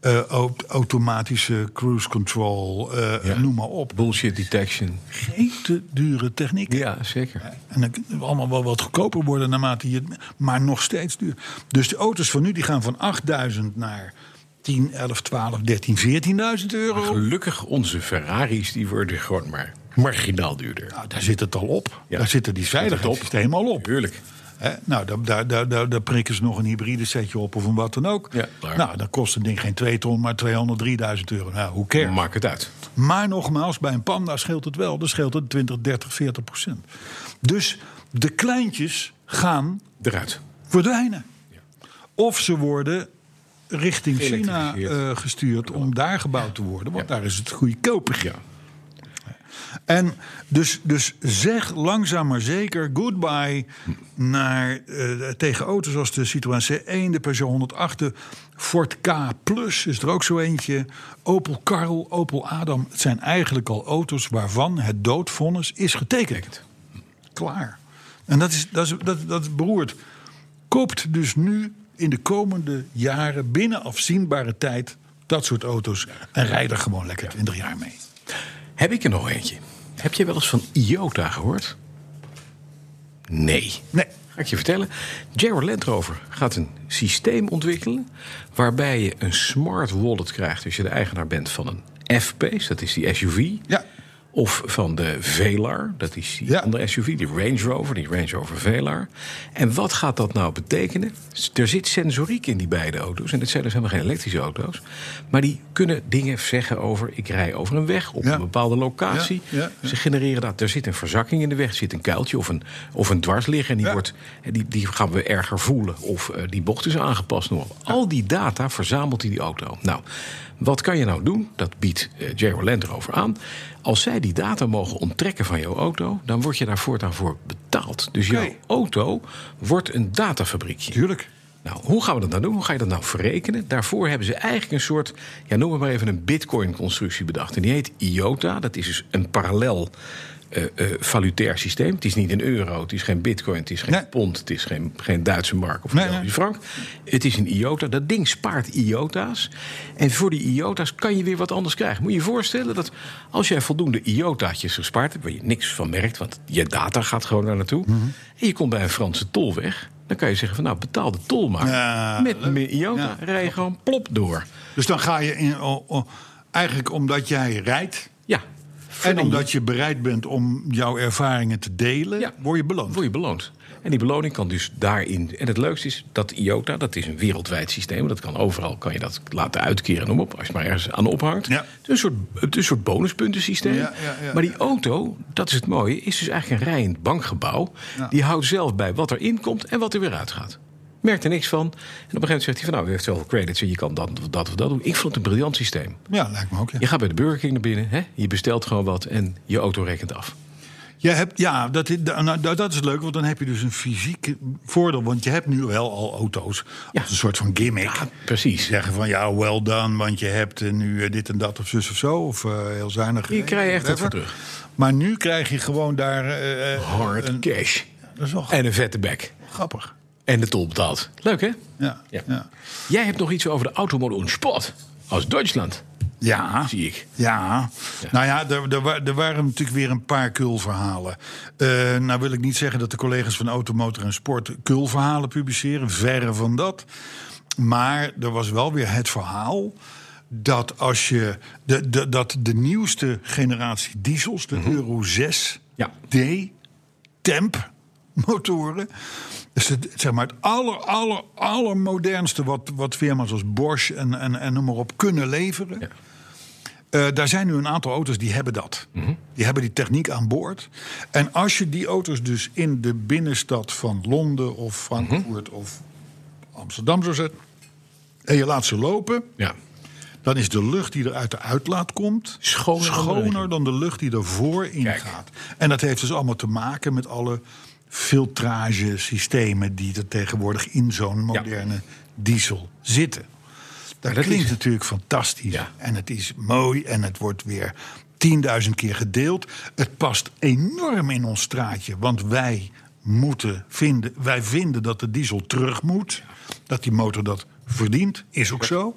eh, au- automatische cruise control, eh,
Ja.
noem maar op.
Bullshit detection.
Hete dure techniek.
Ja, zeker.
En dan kunnen we allemaal wel wat goedkoper worden naarmate je het. Maar nog steeds duur. Dus de auto's van nu die gaan van 8000 naar 10, 11, 12, 13, 14.000 euro.
Gelukkig onze Ferraris, die worden gewoon maar marginaal duurder.
Nou, daar zit het al op.
Ja.
Daar zitten die veiligheidssystemen al op.
Tuurlijk.
Hè? nou, daar, daar, daar, daar, daar prikken ze nog een hybride setje op of een wat dan ook.
Ja, klaar.
nou, dan kost een ding geen 2 ton, maar 200.000, 3.000 euro. Nou, hoe cares?
Maak het uit.
Maar nogmaals, bij een panda scheelt het wel. Dan scheelt het 20, 30, 40 procent. Dus de kleintjes gaan
Eruit.
verdwijnen. Of ze worden richting China
Geëlektrificeerd.
eh, gestuurd om daar gebouwd te worden. Want
Ja.
daar is het goedkoper.
Ja.
En dus, dus zeg langzaam maar zeker goodbye naar, eh, tegen auto's als de Citroën C1, de Peugeot 108, de Ford K Plus is er ook zo eentje. Opel Karl, Opel Adam. Het zijn eigenlijk al auto's waarvan het doodvonnis is getekend. Klaar. En dat is, dat is, dat, dat is beroerd. Koopt dus nu in de komende jaren binnen afzienbare tijd dat soort auto's. En rijd er gewoon lekker 20 jaar mee.
Heb ik er nog eentje? Heb je wel eens van IOTA gehoord? Nee.
Nee.
Ga ik je vertellen. Jaguar Land Rover gaat een systeem ontwikkelen... waarbij je een smart wallet krijgt als je de eigenaar bent van een F-Pace. Dat is die SUV.
Ja.
Of van de Velar, dat is die
Ja.
andere SUV, die Range Rover, die Range Rover Velar. En wat gaat dat nou betekenen? S- Er zit sensoriek in die beide auto's. En het zijn dus helemaal geen elektrische auto's. Maar die kunnen dingen zeggen over... ik rij over een weg, op
Ja.
een bepaalde locatie.
Ja, ja, ja.
Ze genereren dat. Er zit een verzakking in de weg, er zit een kuiltje of een, of een dwarsligger. En die,
Ja.
wordt, en die, die gaan we erger voelen. Of eh, die bocht is aangepast. Nog. Al die data verzamelt die, die auto. Nou, wat kan je nou doen? Dat biedt eh Jaguar Land Rover aan. Als zij die data mogen onttrekken van jouw auto... dan word je daar voortaan voor betaald. Dus
Oké.
jouw auto wordt een datafabriekje.
Tuurlijk.
Nou, hoe gaan we dat nou doen? Hoe ga je dat nou verrekenen? Daarvoor hebben ze eigenlijk een soort, ja, noem het maar even een bitcoin-constructie bedacht. En die heet IOTA. Dat is dus een parallel eh, eh, valutair systeem. Het is niet een euro, het is geen bitcoin, het is geen
Nee.
pond, het is geen, geen Duitse mark of
Nee,
een Belgische
nee.
frank. Het is een IOTA. Dat ding spaart IOTA's. En voor die IOTA's kan je weer wat anders krijgen. Moet je je voorstellen dat als jij voldoende IOTA'tjes gespaard hebt... waar je niks van merkt, want je data gaat gewoon daar naartoe...
Mhm.
en je komt bij een Franse tolweg... dan kan je zeggen van nou, betaal de tol maar.
Ja,
Met
leuk.
meer IOTA
Ja.
rij je gewoon plop door.
Dus dan ga je in, o- o- eigenlijk omdat jij rijdt.
Ja.
En omdat je bereid bent om jouw ervaringen te delen,
Ja.
word je beloond.
Word je beloond. En die beloning kan dus daarin. En het leukste is dat IOTA, dat is een wereldwijd systeem. Dat kan overal kan je dat laten uitkeren, noem op, als je maar ergens aan ophangt.
Ja.
Het is een soort, het is een soort bonuspuntensysteem.
Ja, ja, ja.
maar die auto, dat is het mooie, is dus eigenlijk een rijend bankgebouw. Die houdt zelf bij wat er inkomt en wat er weer uitgaat. Merkt er niks van. En op een gegeven moment zegt hij van nou, u heeft zoveel credits en je kan dat, dat of dat doen. Ik vond het een briljant systeem.
Ja, lijkt me ook. Ja.
Je gaat bij de Burger King naar binnen, hè? je bestelt gewoon wat en je auto rekent af.
Je hebt, ja dat, is- da- nou, dat is leuk, want dan heb je dus een fysiek voordeel. Want je hebt nu wel al auto's
Ja.
als een soort van gimmick.
Precies.
Zeggen van ja, well done, want je hebt eh, nu eh, dit en dat of zus of zo. Of eh, heel zuinig.
Hier krijg je echt wat
whatever.
voor terug.
Maar nu krijg je gewoon daar. eh, eh,
Hard
een-
cash.
Dat is wel
En een vette bek.
grappig.
En de tol betaald. Leuk hè?
Ja,
Ja.
ja.
Jij hebt nog iets over de automode on spot. Als Duitsland.
Ja.
zie ik.
Ja. Nou ja, er, er, wa- er waren natuurlijk weer een paar kulverhalen. Eh nou wil ik niet zeggen dat de collega's van Automotor en Sport kulverhalen publiceren. Verre van dat. Maar er was wel weer het verhaal dat als je de, de, dat de nieuwste generatie diesels, de Euro 6
Mhm. Ja.
D, temp motoren. Dus het, zeg maar het aller, aller, allermodernste wat, wat firma's als Bosch en, en, en noem maar op kunnen leveren.
Ja.
Eh, daar zijn nu een aantal auto's die hebben dat.
Mhm.
Die hebben die techniek aan boord. En als je die auto's dus in de binnenstad van Londen of Frankfurt
Mhm.
of Amsterdam zo zet... en je laat ze lopen,
Ja.
dan is de lucht die er uit de uitlaat komt...
Schoner dan de regen.
dan de lucht die ervoor ingaat. En dat heeft dus allemaal te maken met alle filtragesystemen... die er tegenwoordig in zo'n moderne diesel zitten. Dat,
dat
klinkt
is-
natuurlijk fantastisch.
Ja.
En het is mooi en het wordt weer 10.000 keer gedeeld. Het past enorm in ons straatje, want wij moeten vinden, wij vinden dat de diesel terug moet. Dat die motor dat verdient, is ook zo.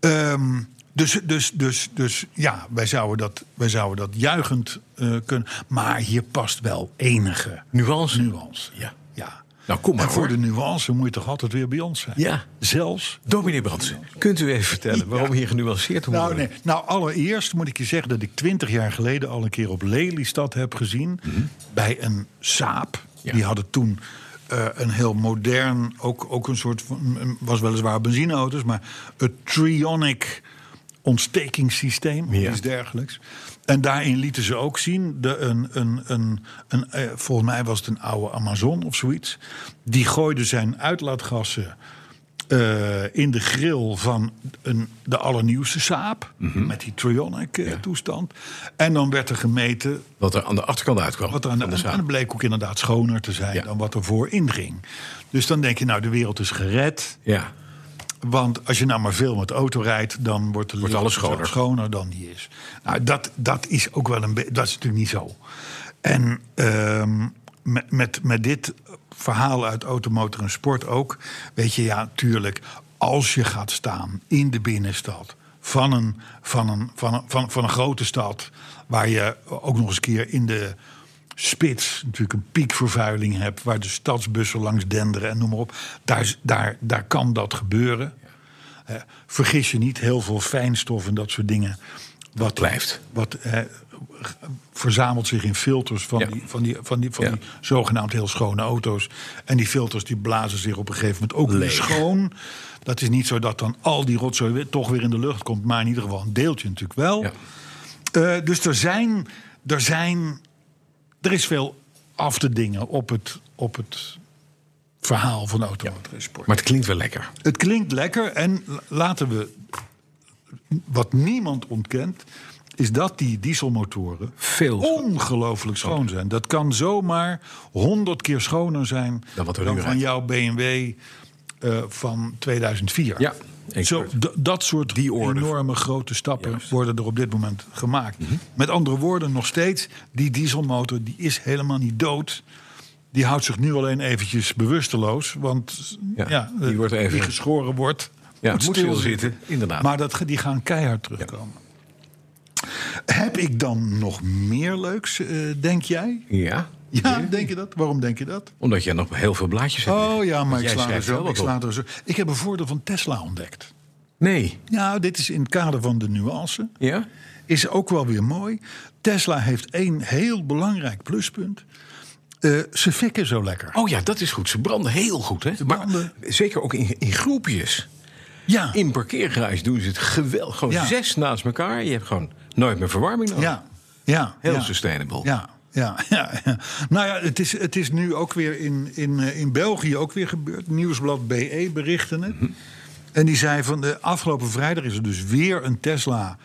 Ehm, dus, dus, dus, dus ja, wij zouden dat, wij zouden dat juichend eh, kunnen. Maar hier past wel enige
Nuance.
nuance.
Ja.
Ja.
Nou, kom maar,
en voor
hoor.
de nuance moet je toch altijd weer bij ons zijn?
Ja.
Zelfs
Dominee Brandsen, kunt u even vertellen waarom hier genuanceerd moet
nou,
worden?
nee. nou, allereerst moet ik je zeggen dat ik twintig jaar geleden al een keer op Lelystad heb gezien. Bij een saap.
Mhm. Ja.
Die hadden toen eh, een heel modern, ook, ook een soort, van- mm, was weliswaar benzineauto's, maar een trionic ontstekingssysteem of
Ja.
iets dergelijks. En daarin lieten ze ook zien, de, een, een, een, een, eh, volgens mij was het een oude Amazon of zoiets. Die gooide zijn uitlaatgassen eh, in de grill van een, de allernieuwste Saab.
Mhm.
Met die Trionic-toestand. En dan werd er gemeten
Wat er aan de achterkant uitkwam.
wat er aan de,
van
en-
zaak.
en het bleek ook inderdaad schoner te zijn
Ja.
dan wat ervoor inging. Dus dan denk je, nou, de wereld is gered.
Ja,
Want als je nou maar veel met auto rijdt, dan wordt, de lucht
alles
vanzelf
schoner.
schoner dan die is. Nou, dat, dat is ook wel een beetje. Dat is natuurlijk niet zo. En ehm, met, met, met dit verhaal uit automotor en sport ook. Weet je, ja, tuurlijk. Als je gaat staan in de binnenstad van een, van een, van een, van, van een grote stad. waar je ook nog eens een keer in de spits natuurlijk een piekvervuiling hebt. waar de stadsbussen langs denderen en noem maar op. Daar, is- daar, daar kan dat gebeuren. Eh, vergis je niet, heel veel fijnstof en dat soort dingen. Wat
blijft.
Wat eh, g- verzamelt zich in filters van,
Ja.
die, van, die, van, die, van
Ja.
die zogenaamd heel schone auto's. En die filters die blazen zich op een gegeven moment ook weer schoon. Dat is niet zo dat dan al die rotzooi weer- toch weer in de lucht komt. Maar in ieder geval een deeltje natuurlijk wel.
ja.
Eh, dus er zijn, er zijn. Er is veel af te dingen op het, op het verhaal van automotorsport.
Maar het klinkt wel lekker.
Het klinkt lekker en la- laten we. Wat niemand ontkent, is dat die dieselmotoren
Veel scho-
ongelooflijk schoon zijn. Dat kan zomaar honderd keer schoner zijn
Dan wat er nu
van
rijdt.
jouw BMW eh, van 2004.
Ja, exact.
Zo, d- dat soort
Die orde.
enorme grote stappen
Juist. Mhm.
worden er op dit moment gemaakt. Met andere woorden, nog steeds, die dieselmotor die is helemaal niet dood. Die houdt zich nu alleen eventjes bewusteloos. Want
Ja,
ja,
die
eh,
wordt even-
die geschoren wordt,
Ja, moet stilzitten, inderdaad.
Maar dat, ge- die gaan keihard terugkomen. Heb ik dan nog meer leuks, eh, denk jij?
Ja,
Ja, denk je dat? Waarom denk je dat?
omdat jij nog heel veel blaadjes hebt.
Oh ja, maar
Want
ik
jij
sla, er
schrijft wel
zo,
wat
ik sla
op.
er zo. Ik heb een voordeel van Tesla ontdekt.
Nee.
Nou, dit is in het kader van de nuance.
Ja?
Is ook wel weer mooi. Tesla heeft één heel belangrijk pluspunt. Eh, ze fikken zo lekker.
Oh ja, dat is goed. Ze branden heel goed, hè? Maar
branden.
zeker ook in, in groepjes.
ja.
In parkeergarage doen ze het geweldig. Gewoon
Ja.
zes naast elkaar. Je hebt gewoon nooit meer verwarming nodig.
ja. ja.
Heel
ja.
sustainable.
Ja. Ja, ja, ja. nou ja, het is, het is nu ook weer in, in, eh, in België ook weer gebeurd. Nieuwsblad BE berichten het.
Mhm.
En die zei van de afgelopen vrijdag is er dus weer een Tesla.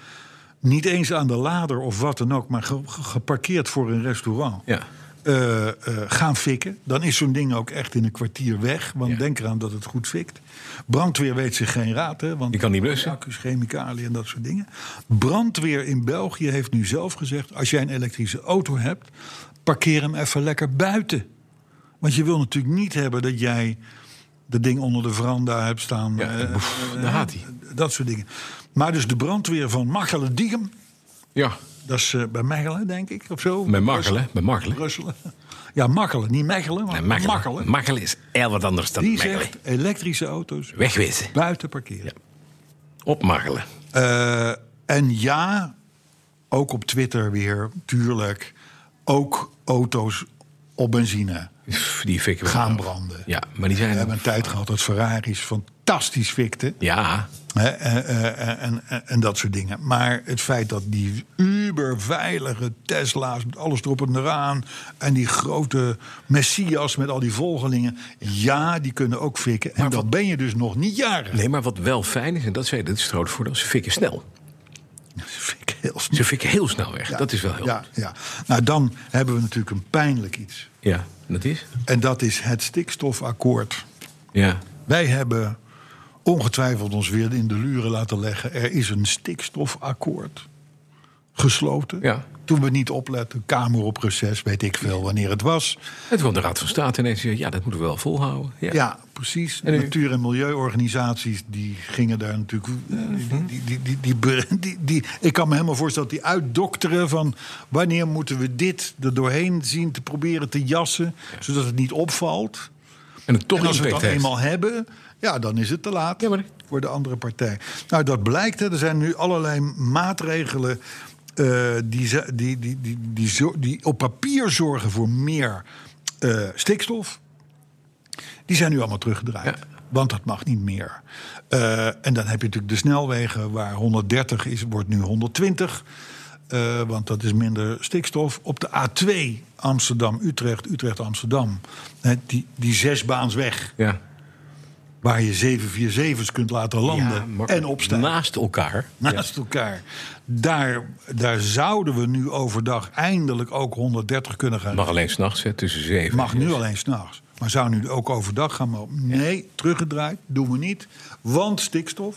Niet eens aan de lader of wat dan ook, maar ge- ge- geparkeerd voor een restaurant.
Ja.
eh, eh, gaan fikken. Dan is zo'n ding ook echt in een kwartier weg. Want
Ja.
denk eraan dat het goed fikt. Brandweer weet zich geen raad. Hè, want
Je kan niet blussen.
Accu's, chemicaliën en dat soort dingen. Brandweer in België heeft nu zelf gezegd... als jij een elektrische auto hebt, parkeer hem even lekker buiten. Want je wil natuurlijk niet hebben dat jij dat ding onder de veranda hebt staan.
Ja,
eh,
boef,
eh,
daar gaat-ie.
Dat soort dingen. Maar dus de brandweer van Machelen Diegem.
Ja,
Dat is eh, bij Mechelen, denk ik, of zo.
met Markelen. Met Markelen.
Brusselen. Ja, Machelen, niet Mechelen, maar
Nee,
Ah, Machelen.
Markelen. Markelen is heel wat anders dan
Die
Markelen.
zegt elektrische auto's
Wegwezen.
buiten parkeren.
Op Markelen.
Eh, en ja, ook op Twitter weer, tuurlijk. Ook auto's op benzine
Pff, Die fikken we
gaan
wel.
branden.
Ja, maar die zijn...
We hebben een tijd gehad dat Ferraris fantastisch fikten.
Ja,
Hè, eh, eh, eh, en, en, en dat soort dingen. Maar het feit dat die uberveilige Tesla's met alles erop en eraan... en die grote Messias met al die volgelingen... ja, die kunnen ook fikken. En dan ben je dus nog niet jaren.
nee, maar wat wel fijn is, en dat zei dat is het grote voordeel, ze fikken snel.
Ze fikken heel snel.
Ze fikken heel snel weg.
Ja,
Dat is wel heel
ja,
goed.
ja. Nou, dan hebben we natuurlijk een pijnlijk iets.
Ja, dat is.
En dat is het stikstofakkoord.
Ja.
Wij hebben ongetwijfeld ons weer in de luren laten leggen. Er is een stikstofakkoord gesloten.
Ja.
Toen we niet opletten, Kamer op reces, weet ik veel wanneer het was.
Het kwam de Raad van State ineens en zei, ja, dat moeten we wel volhouden. Ja.
Ja, precies.
En nu?
Natuur- en milieuorganisaties die gingen daar natuurlijk. eh,
Mhm.
Die, die, die, die, be- die- die- ik kan me helemaal voorstellen dat die uitdokteren van wanneer moeten we dit er doorheen zien te proberen te jassen, zodat het niet opvalt.
En het toch
en als we het
impact
dan
heeft.
eenmaal hebben, ja, dan is het te laat
Ja, maar-
voor de andere partij. Nou, dat blijkt. Hè. Er zijn nu allerlei maatregelen eh, die, ze- die, die, die, die, zo- die op papier zorgen voor meer eh, stikstof. Die zijn nu allemaal teruggedraaid.
Ja.
Want dat mag niet meer. Eh, en dan heb je natuurlijk de snelwegen waar 130 is, wordt nu 120. Eh, want dat is minder stikstof. Op de A2 Amsterdam-Utrecht, Utrecht-Amsterdam. hè, Die, die zesbaansweg
Ja.
waar je 747's kunt laten
Ja,
landen
maar
en opstijgen
Naast elkaar.
naast elkaar. Daar, daar zouden we nu overdag eindelijk ook 130 kunnen gaan
Mag alleen s'nachts, tussen zeven.
Mag nu alleen s'nachts. Maar zou nu ook overdag gaan mogen? Nee, teruggedraaid, doen we niet. Want stikstof.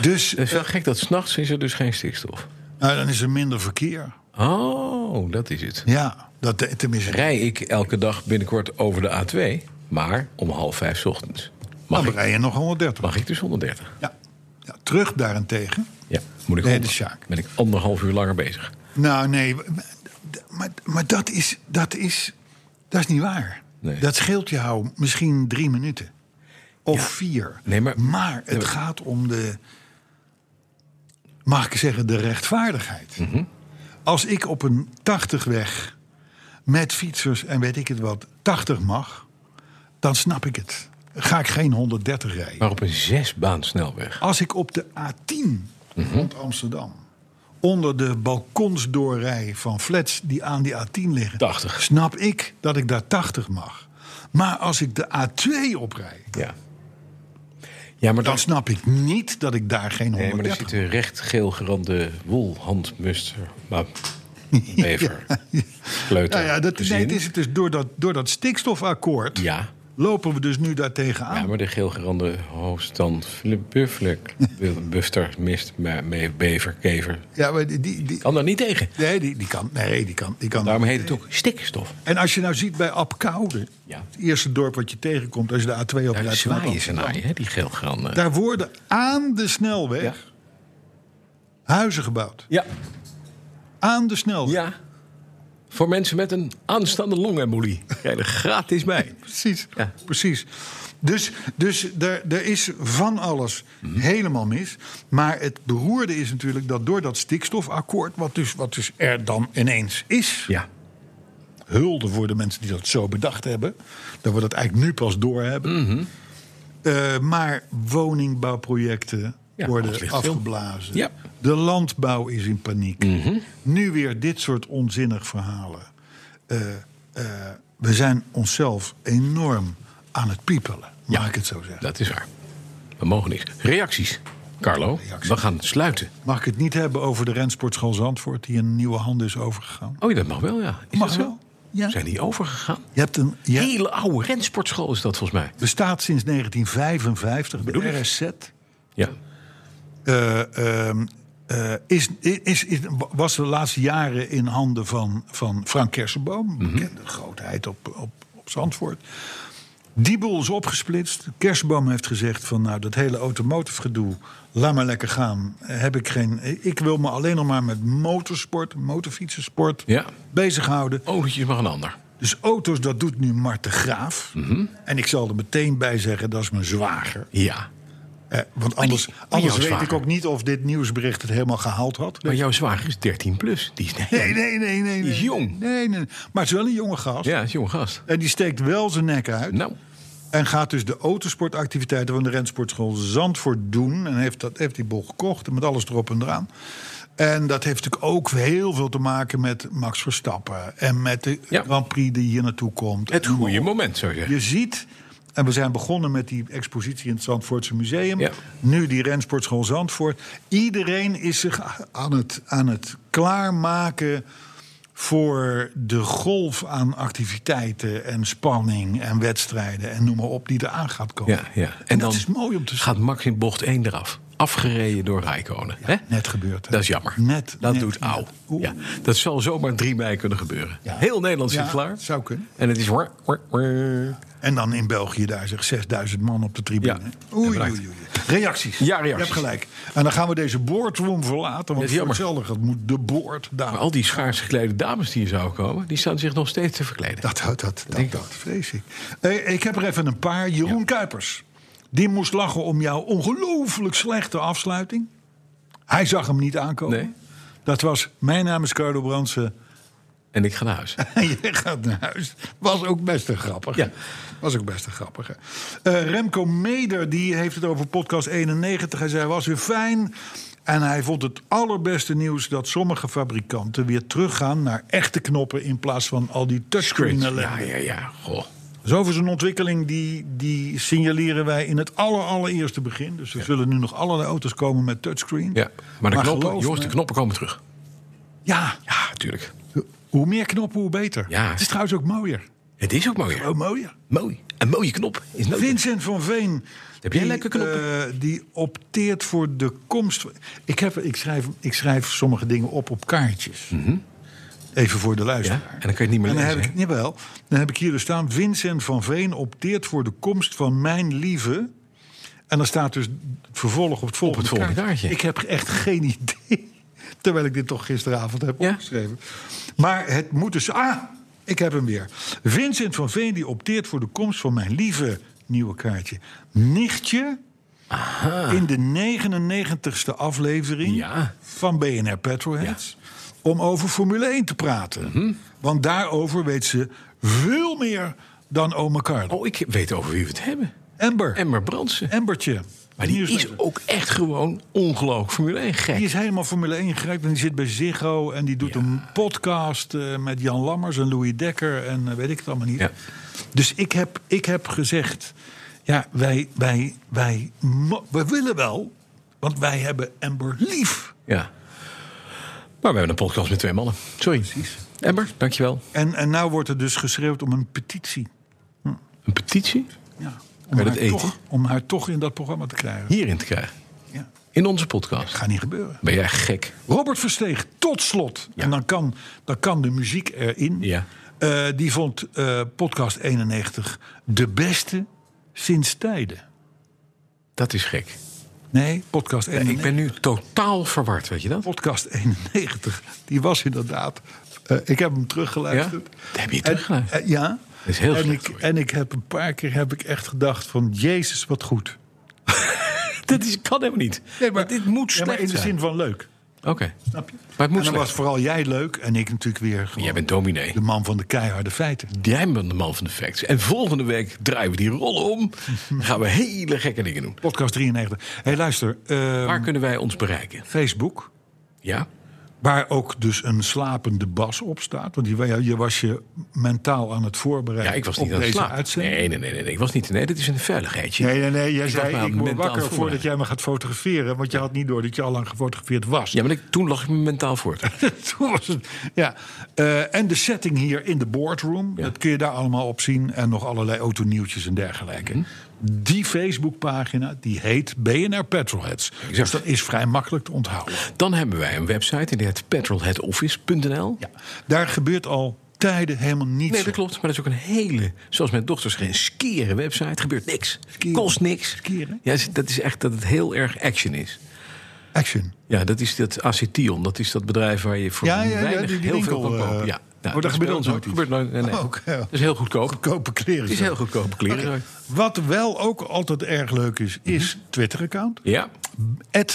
Dus
Het is wel gek dat s'nachts is er dus geen stikstof.
nou, dan is er minder verkeer.
Oh, dat is het.
Ja, dat, tenminste.
Rij ik elke dag binnenkort over de A2, maar om half vijf 's ochtends. Mag,
dan
ik,
rij je nog 130.
mag ik dus 130?
Ja. Ja, terug daarentegen.
Ja, moet ik
Nee,
om-
de Sjaak.
Ben ik anderhalf uur langer bezig.
Nou, nee, maar, maar, maar dat, is, dat, is, dat is niet waar.
Nee.
Dat scheelt jou misschien drie minuten. Of vier.
Nee, maar-
het gaat om de, mag ik zeggen, de rechtvaardigheid.
Mhm.
Als ik op een 80-weg met fietsers en weet ik het wat, 80 mag, dan snap ik het. Ga ik geen 130 rijden.
Maar op een zesbaan snelweg.
Als ik op de A10 rond Amsterdam onder de balkons doorrij van flats die aan die A10 liggen,
80.
snap ik dat ik daar 80 mag. Maar als ik de A2 oprij,
Ja. Ja, maar
dan
dan,
snap ik niet dat ik daar geen
nee, maar er
130
zit een recht geel gerande wolhandmuster. Maar bever. Kleuter.
Nou ja, dat, nee,
gezin.
het is het dus door dat, door dat stikstofakkoord
eh, Ja.
lopen we dus nu daartegen aan.
Ja, maar de geelgerande hoofdstand Philip Bufflek, Bufter, Mist, me- me- Bever, Kever.
Ja, maar die, die, die-
Kan daar niet tegen.
nee, die, die kan. Nee, die kan. Die kan
Daarom heet het ook stikstof.
En als je nou ziet bij Apkoude,
Ja.
het eerste dorp wat je tegenkomt als je de A2 op
Daar
rijdt,
zwaaien ze naar je, hè, die eh. geelgerande.
Daar worden aan de snelweg
Ja.
huizen gebouwd.
Ja,
Aan de snelweg.
ja. Voor mensen met een aanstaande longembolie. Krijg je er gratis bij.
Precies.
Ja.
Precies. Dus, dus er, er is van alles
Mhm.
helemaal mis. Maar het beroerde is natuurlijk dat door dat stikstofakkoord, wat dus, wat dus er dan ineens is,
Ja.
hulde voor de mensen die dat zo bedacht hebben, dat we dat eigenlijk nu pas doorhebben.
Mhm.
Eh, maar woningbouwprojecten
Ja, alles
worden
ligt stil.
afgeblazen.
Ja. Mhm.
De landbouw is in paniek. Nu weer dit soort onzinnig verhalen. Eh, eh, we zijn onszelf enorm aan het piepelen, mag ik het zo zeggen.
Dat is waar. We mogen niks. Reacties. Carlo,
Reacties.
we gaan sluiten.
Mag ik het niet hebben over de Rensportschool Zandvoort... die een nieuwe hand is overgegaan?
Oh, ja, dat mag wel, ja. Is
Mag
dat
wel. Ja.
Zijn die overgegaan?
Je hebt een, je
Hele oude rensportschool is dat volgens mij.
bestaat sinds 1955, de RSZ.
Ja.
eh, ehm, eh, is, is, is, was de laatste jaren in handen van, van Frank Kersenboom. Bekende grootheid op, op, op Zandvoort. Die boel is opgesplitst. Kerstboom heeft gezegd van nou dat hele automotive gedoe, laat maar lekker gaan. Eh, Heb ik geen. Ik wil me alleen nog maar met motorsport, motorfietsensport
Ja.
bezighouden.
Olietjes mag een ander.
Dus auto's, dat doet nu Mart de Graaf. En ik zal er meteen bij zeggen, dat is mijn zwager.
Ja.
Eh, want anders,
maar
anders
jouw
weet
zwager.
ik ook niet of dit nieuwsbericht het helemaal gehaald had.
Maar jouw zwager is 13 plus. Die is
Nee, nee, nee, nee.
Die is
nee.
jong.
Nee, nee. Maar het is wel een jonge gast.
Ja, is een jonge gast.
En die steekt wel zijn nek uit.
Nou,
En gaat dus de autosportactiviteiten van de Rensportschool Zandvoort doen. En heeft, dat, heeft die bol gekocht en met alles erop en eraan. En dat heeft natuurlijk ook heel veel te maken met Max Verstappen. En met de
Ja.
Grand Prix die hier naartoe komt.
het goede moment, zou je zeggen.
Je ziet, en we zijn begonnen met die expositie in het Zandvoortse Museum.
Ja.
Nu die Rensportschool Zandvoort. Iedereen is zich aan het, aan het klaarmaken voor de golf aan activiteiten en spanning en wedstrijden en noem maar op die eraan gaat komen.
Ja, ja.
En,
En
dat
dan
is mooi om te zien.
Gaat Max in bocht 1 eraf. Afgereden door Rijkonen.
net gebeurd, hè?
Dat is jammer.
Net,
dat
net,
doet
net.
auw.
Oeh.
Ja, dat zal zomaar 3 mei kunnen gebeuren.
Ja.
Heel Nederland zit
Ja,
klaar.
zou kunnen.
En het is... wor- wor- wor-
En dan in België daar zeg 6000 man op de tribune.
Ja,
Oei, oei,
bedankt.
oei. Reacties.
Ja, reacties.
Je hebt gelijk. En dan gaan we deze boardroom verlaten.
Dat
Want
is
voor
jammer.
hetzelfde geld moet de boord daar.
Maar al die schaars geklede dames die hier zouden komen... die staan zich nog steeds te verkleden.
Dat, dat, dat, dat,
Denk ik.
dat, vrees ik. Eh, ik heb er even een paar. Jeroen Kuipers. Die moest lachen om jouw ongelooflijk slechte afsluiting. Hij zag hem niet aankomen.
Nee.
Dat was, mijn naam is Carlo Brandsen.
En ik ga naar huis.
En je gaat naar huis. Was ook best een grappige.
Ja.
Was ook best een grappige. Eh, Remco Meder die heeft het over podcast 91. Hij zei, was weer fijn. En hij vond het allerbeste nieuws dat sommige fabrikanten weer teruggaan naar echte knoppen in plaats van al die touchscreen.
Ja,
ellende.
ja, ja. Goh.
Dus over zo'n ontwikkeling die, die signaleren wij in het aller, allereerste begin. Dus er zullen nu nog allerlei auto's komen met touchscreen.
Ja. Maar de knoppen,
geloof
jongens, de
me-
knoppen komen terug.
Ja,
Ja, natuurlijk.
hoe meer knoppen, hoe beter.
Ja.
Het is trouwens ook mooier.
Het is ook mooi.
Oh, mooier.
Mooi. Een mooie knop is nodig.
Vincent van Veen.
Heb jij
die,
leuke knoppen?
eh, die opteert voor de komst. Ik, heb, ik, schrijf, ik schrijf sommige dingen op op kaartjes. Even voor de luisteraar.
Mhm. Ja, en dan kun je het niet meer
En dan
lezen,
Heb ik, jawel, dan heb ik hier dus staan. Vincent van Veen opteert voor de komst van mijn lieve. En dan staat dus het vervolg op het volgende,
volgende kaartje.
Ik heb echt geen idee. Terwijl ik dit toch gisteravond heb
Ja.
opgeschreven. Maar het moet dus... Ah, ik heb hem weer. Vincent van Veen die opteert voor de komst van mijn lieve nieuwe kaartje. Nichtje in de 99ste aflevering
Ja.
van BNR Petrolheads... om over Formule 1 te praten.
Mhm.
Want daarover weet ze veel meer dan oma Carlo.
Oh, ik weet over wie we het hebben.
Ember.
Emmer Brandsen.
Embertje.
Oh, Maar die
Nieuwslezer.
is ook echt gewoon ongelooflijk Formule 1 gek.
Die is helemaal Formule 1 gereikt en die zit bij Ziggo. En die doet een podcast eh, met Jan Lammers en Louis Dekker en eh, weet ik het allemaal niet.
Ja.
Dus ik heb, ik heb gezegd, ja, wij, wij, wij, mo- we willen wel, want wij hebben Amber lief.
Ja. Maar we hebben een podcast met twee mannen. Sorry. Precies. Emmer, dankjewel.
En, en nou wordt er dus geschreeuwd om een petitie.
Een petitie
Ja, om,
Bij dat
haar
eten?
toch, om haar toch in dat programma te krijgen.
hierin te krijgen.
Ja.
In onze podcast.
Gaat niet gebeuren.
Ben jij gek?
Robert Versteeg, tot slot.
Ja.
En dan kan, dan kan de muziek erin.
Ja.
Eh, die vond eh, podcast 91 de beste sinds tijden.
Dat is gek.
Nee, podcast
En
91.
ik ben nu totaal verward, weet je dat?
Podcast 91, die was inderdaad... eh, ik heb hem teruggeluisterd.
Ja? Dat heb je
En-
teruggeluisterd?
eh, ja.
is heel
en
slecht
ik,
voor je.
en ik heb een paar keer heb ik echt gedacht van... Jezus, wat goed.
Dat is, kan helemaal niet. Want dit moet
Ja,
slecht
maar in de
zijn.
zin van leuk.
Oké.
Snap je?
Maar het moet
en dan
slecht.
was vooral jij leuk en ik natuurlijk weer... gewoon
Jij bent dominee.
de man van de keiharde feiten.
Jij bent de man van de facts. En volgende week draaien we die rollen om. Dan gaan we hele gekke dingen doen.
Podcast 93. hey, luister. eh,
Waar kunnen wij ons bereiken?
Facebook.
Ja?
Waar ook dus een slapende bas op staat. Want je, je was je mentaal aan het
Ja,
voorbereiden
ik was
op
niet aan het
deze
slapen.
uitzending.
Nee, nee, nee, nee, nee. Ik was niet. Nee, dit is een veiligheidje.
Nee, nee, nee. Jij
Ik was maar
zei, ik word
mentaal
wakker voordat
voorbereid.
jij me gaat fotograferen. Want je had niet door dat je al lang gefotografeerd was.
Ja, maar ik, toen lag ik me mentaal voort.
Toen was het, ja. Eh, en de setting hier in de boardroom. Dat kun je daar allemaal op zien. En nog allerlei autonieuwtjes en dergelijke.
Mhm.
Die Facebookpagina, die heet BNR Petrolheads. Dus dat is vrij makkelijk te onthouden.
Dan hebben wij een website, die heet petrolheadoffice.nl.
Daar gebeurt al tijden helemaal niets.
Nee, dat klopt. Maar dat is ook een hele, zoals mijn dochters geen skere website. Gebeurt niks.
Skere.
Kost niks.
Skere?
Ja, dat is echt dat het heel erg action is.
Action.
Ja, dat is dat Acetion. Dat is dat bedrijf waar je voor
Ja, ja, ja,
weinig
die- die
heel
winkel,
veel kan
eh,
kopen. ja. nou,
oh, daar
dat
gebeurt
is
ons
wel-
nooit iets.
gebeurt nooit. Nee, nee.
Oh, oké.
Dat is heel goedkoop.
Goedkope kleren.
Het is
zo.
heel goedkope kleren. Mhm.
Wat wel ook altijd erg leuk is, is Twitter-account.
Ja.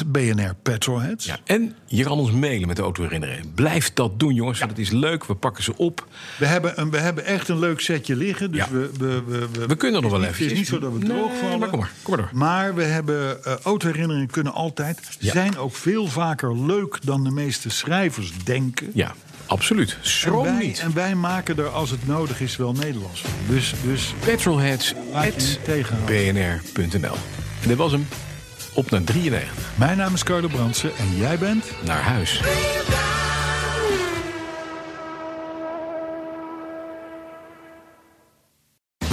BNR Petrolheads.
ja. En je kan ons mailen met de auto herinneren. Blijf dat doen, jongens. Want het is leuk. We pakken ze op.
We, hebben een, we hebben echt een leuk setje liggen. Dus
Ja.
we, we, we,
We kunnen nog wel
Het is
eventjes.
niet zo dat we
Nee,
droogvallen.
maar kom maar, kom maar door.
Maar we hebben eh autoherinneringen kunnen altijd.
Ja.
Zijn ook veel vaker leuk dan de meeste schrijvers denken.
Ja, absoluut.
En
Schroom
wij,
niet.
en wij maken er als het nodig is wel Nederlands van. Dus, dus Laat je niet tegenhouden.
petrolheads.bnr.nl En dit was hem. Op naar 93.
mijn naam is Carlo Brandsen en jij bent...
Naar huis.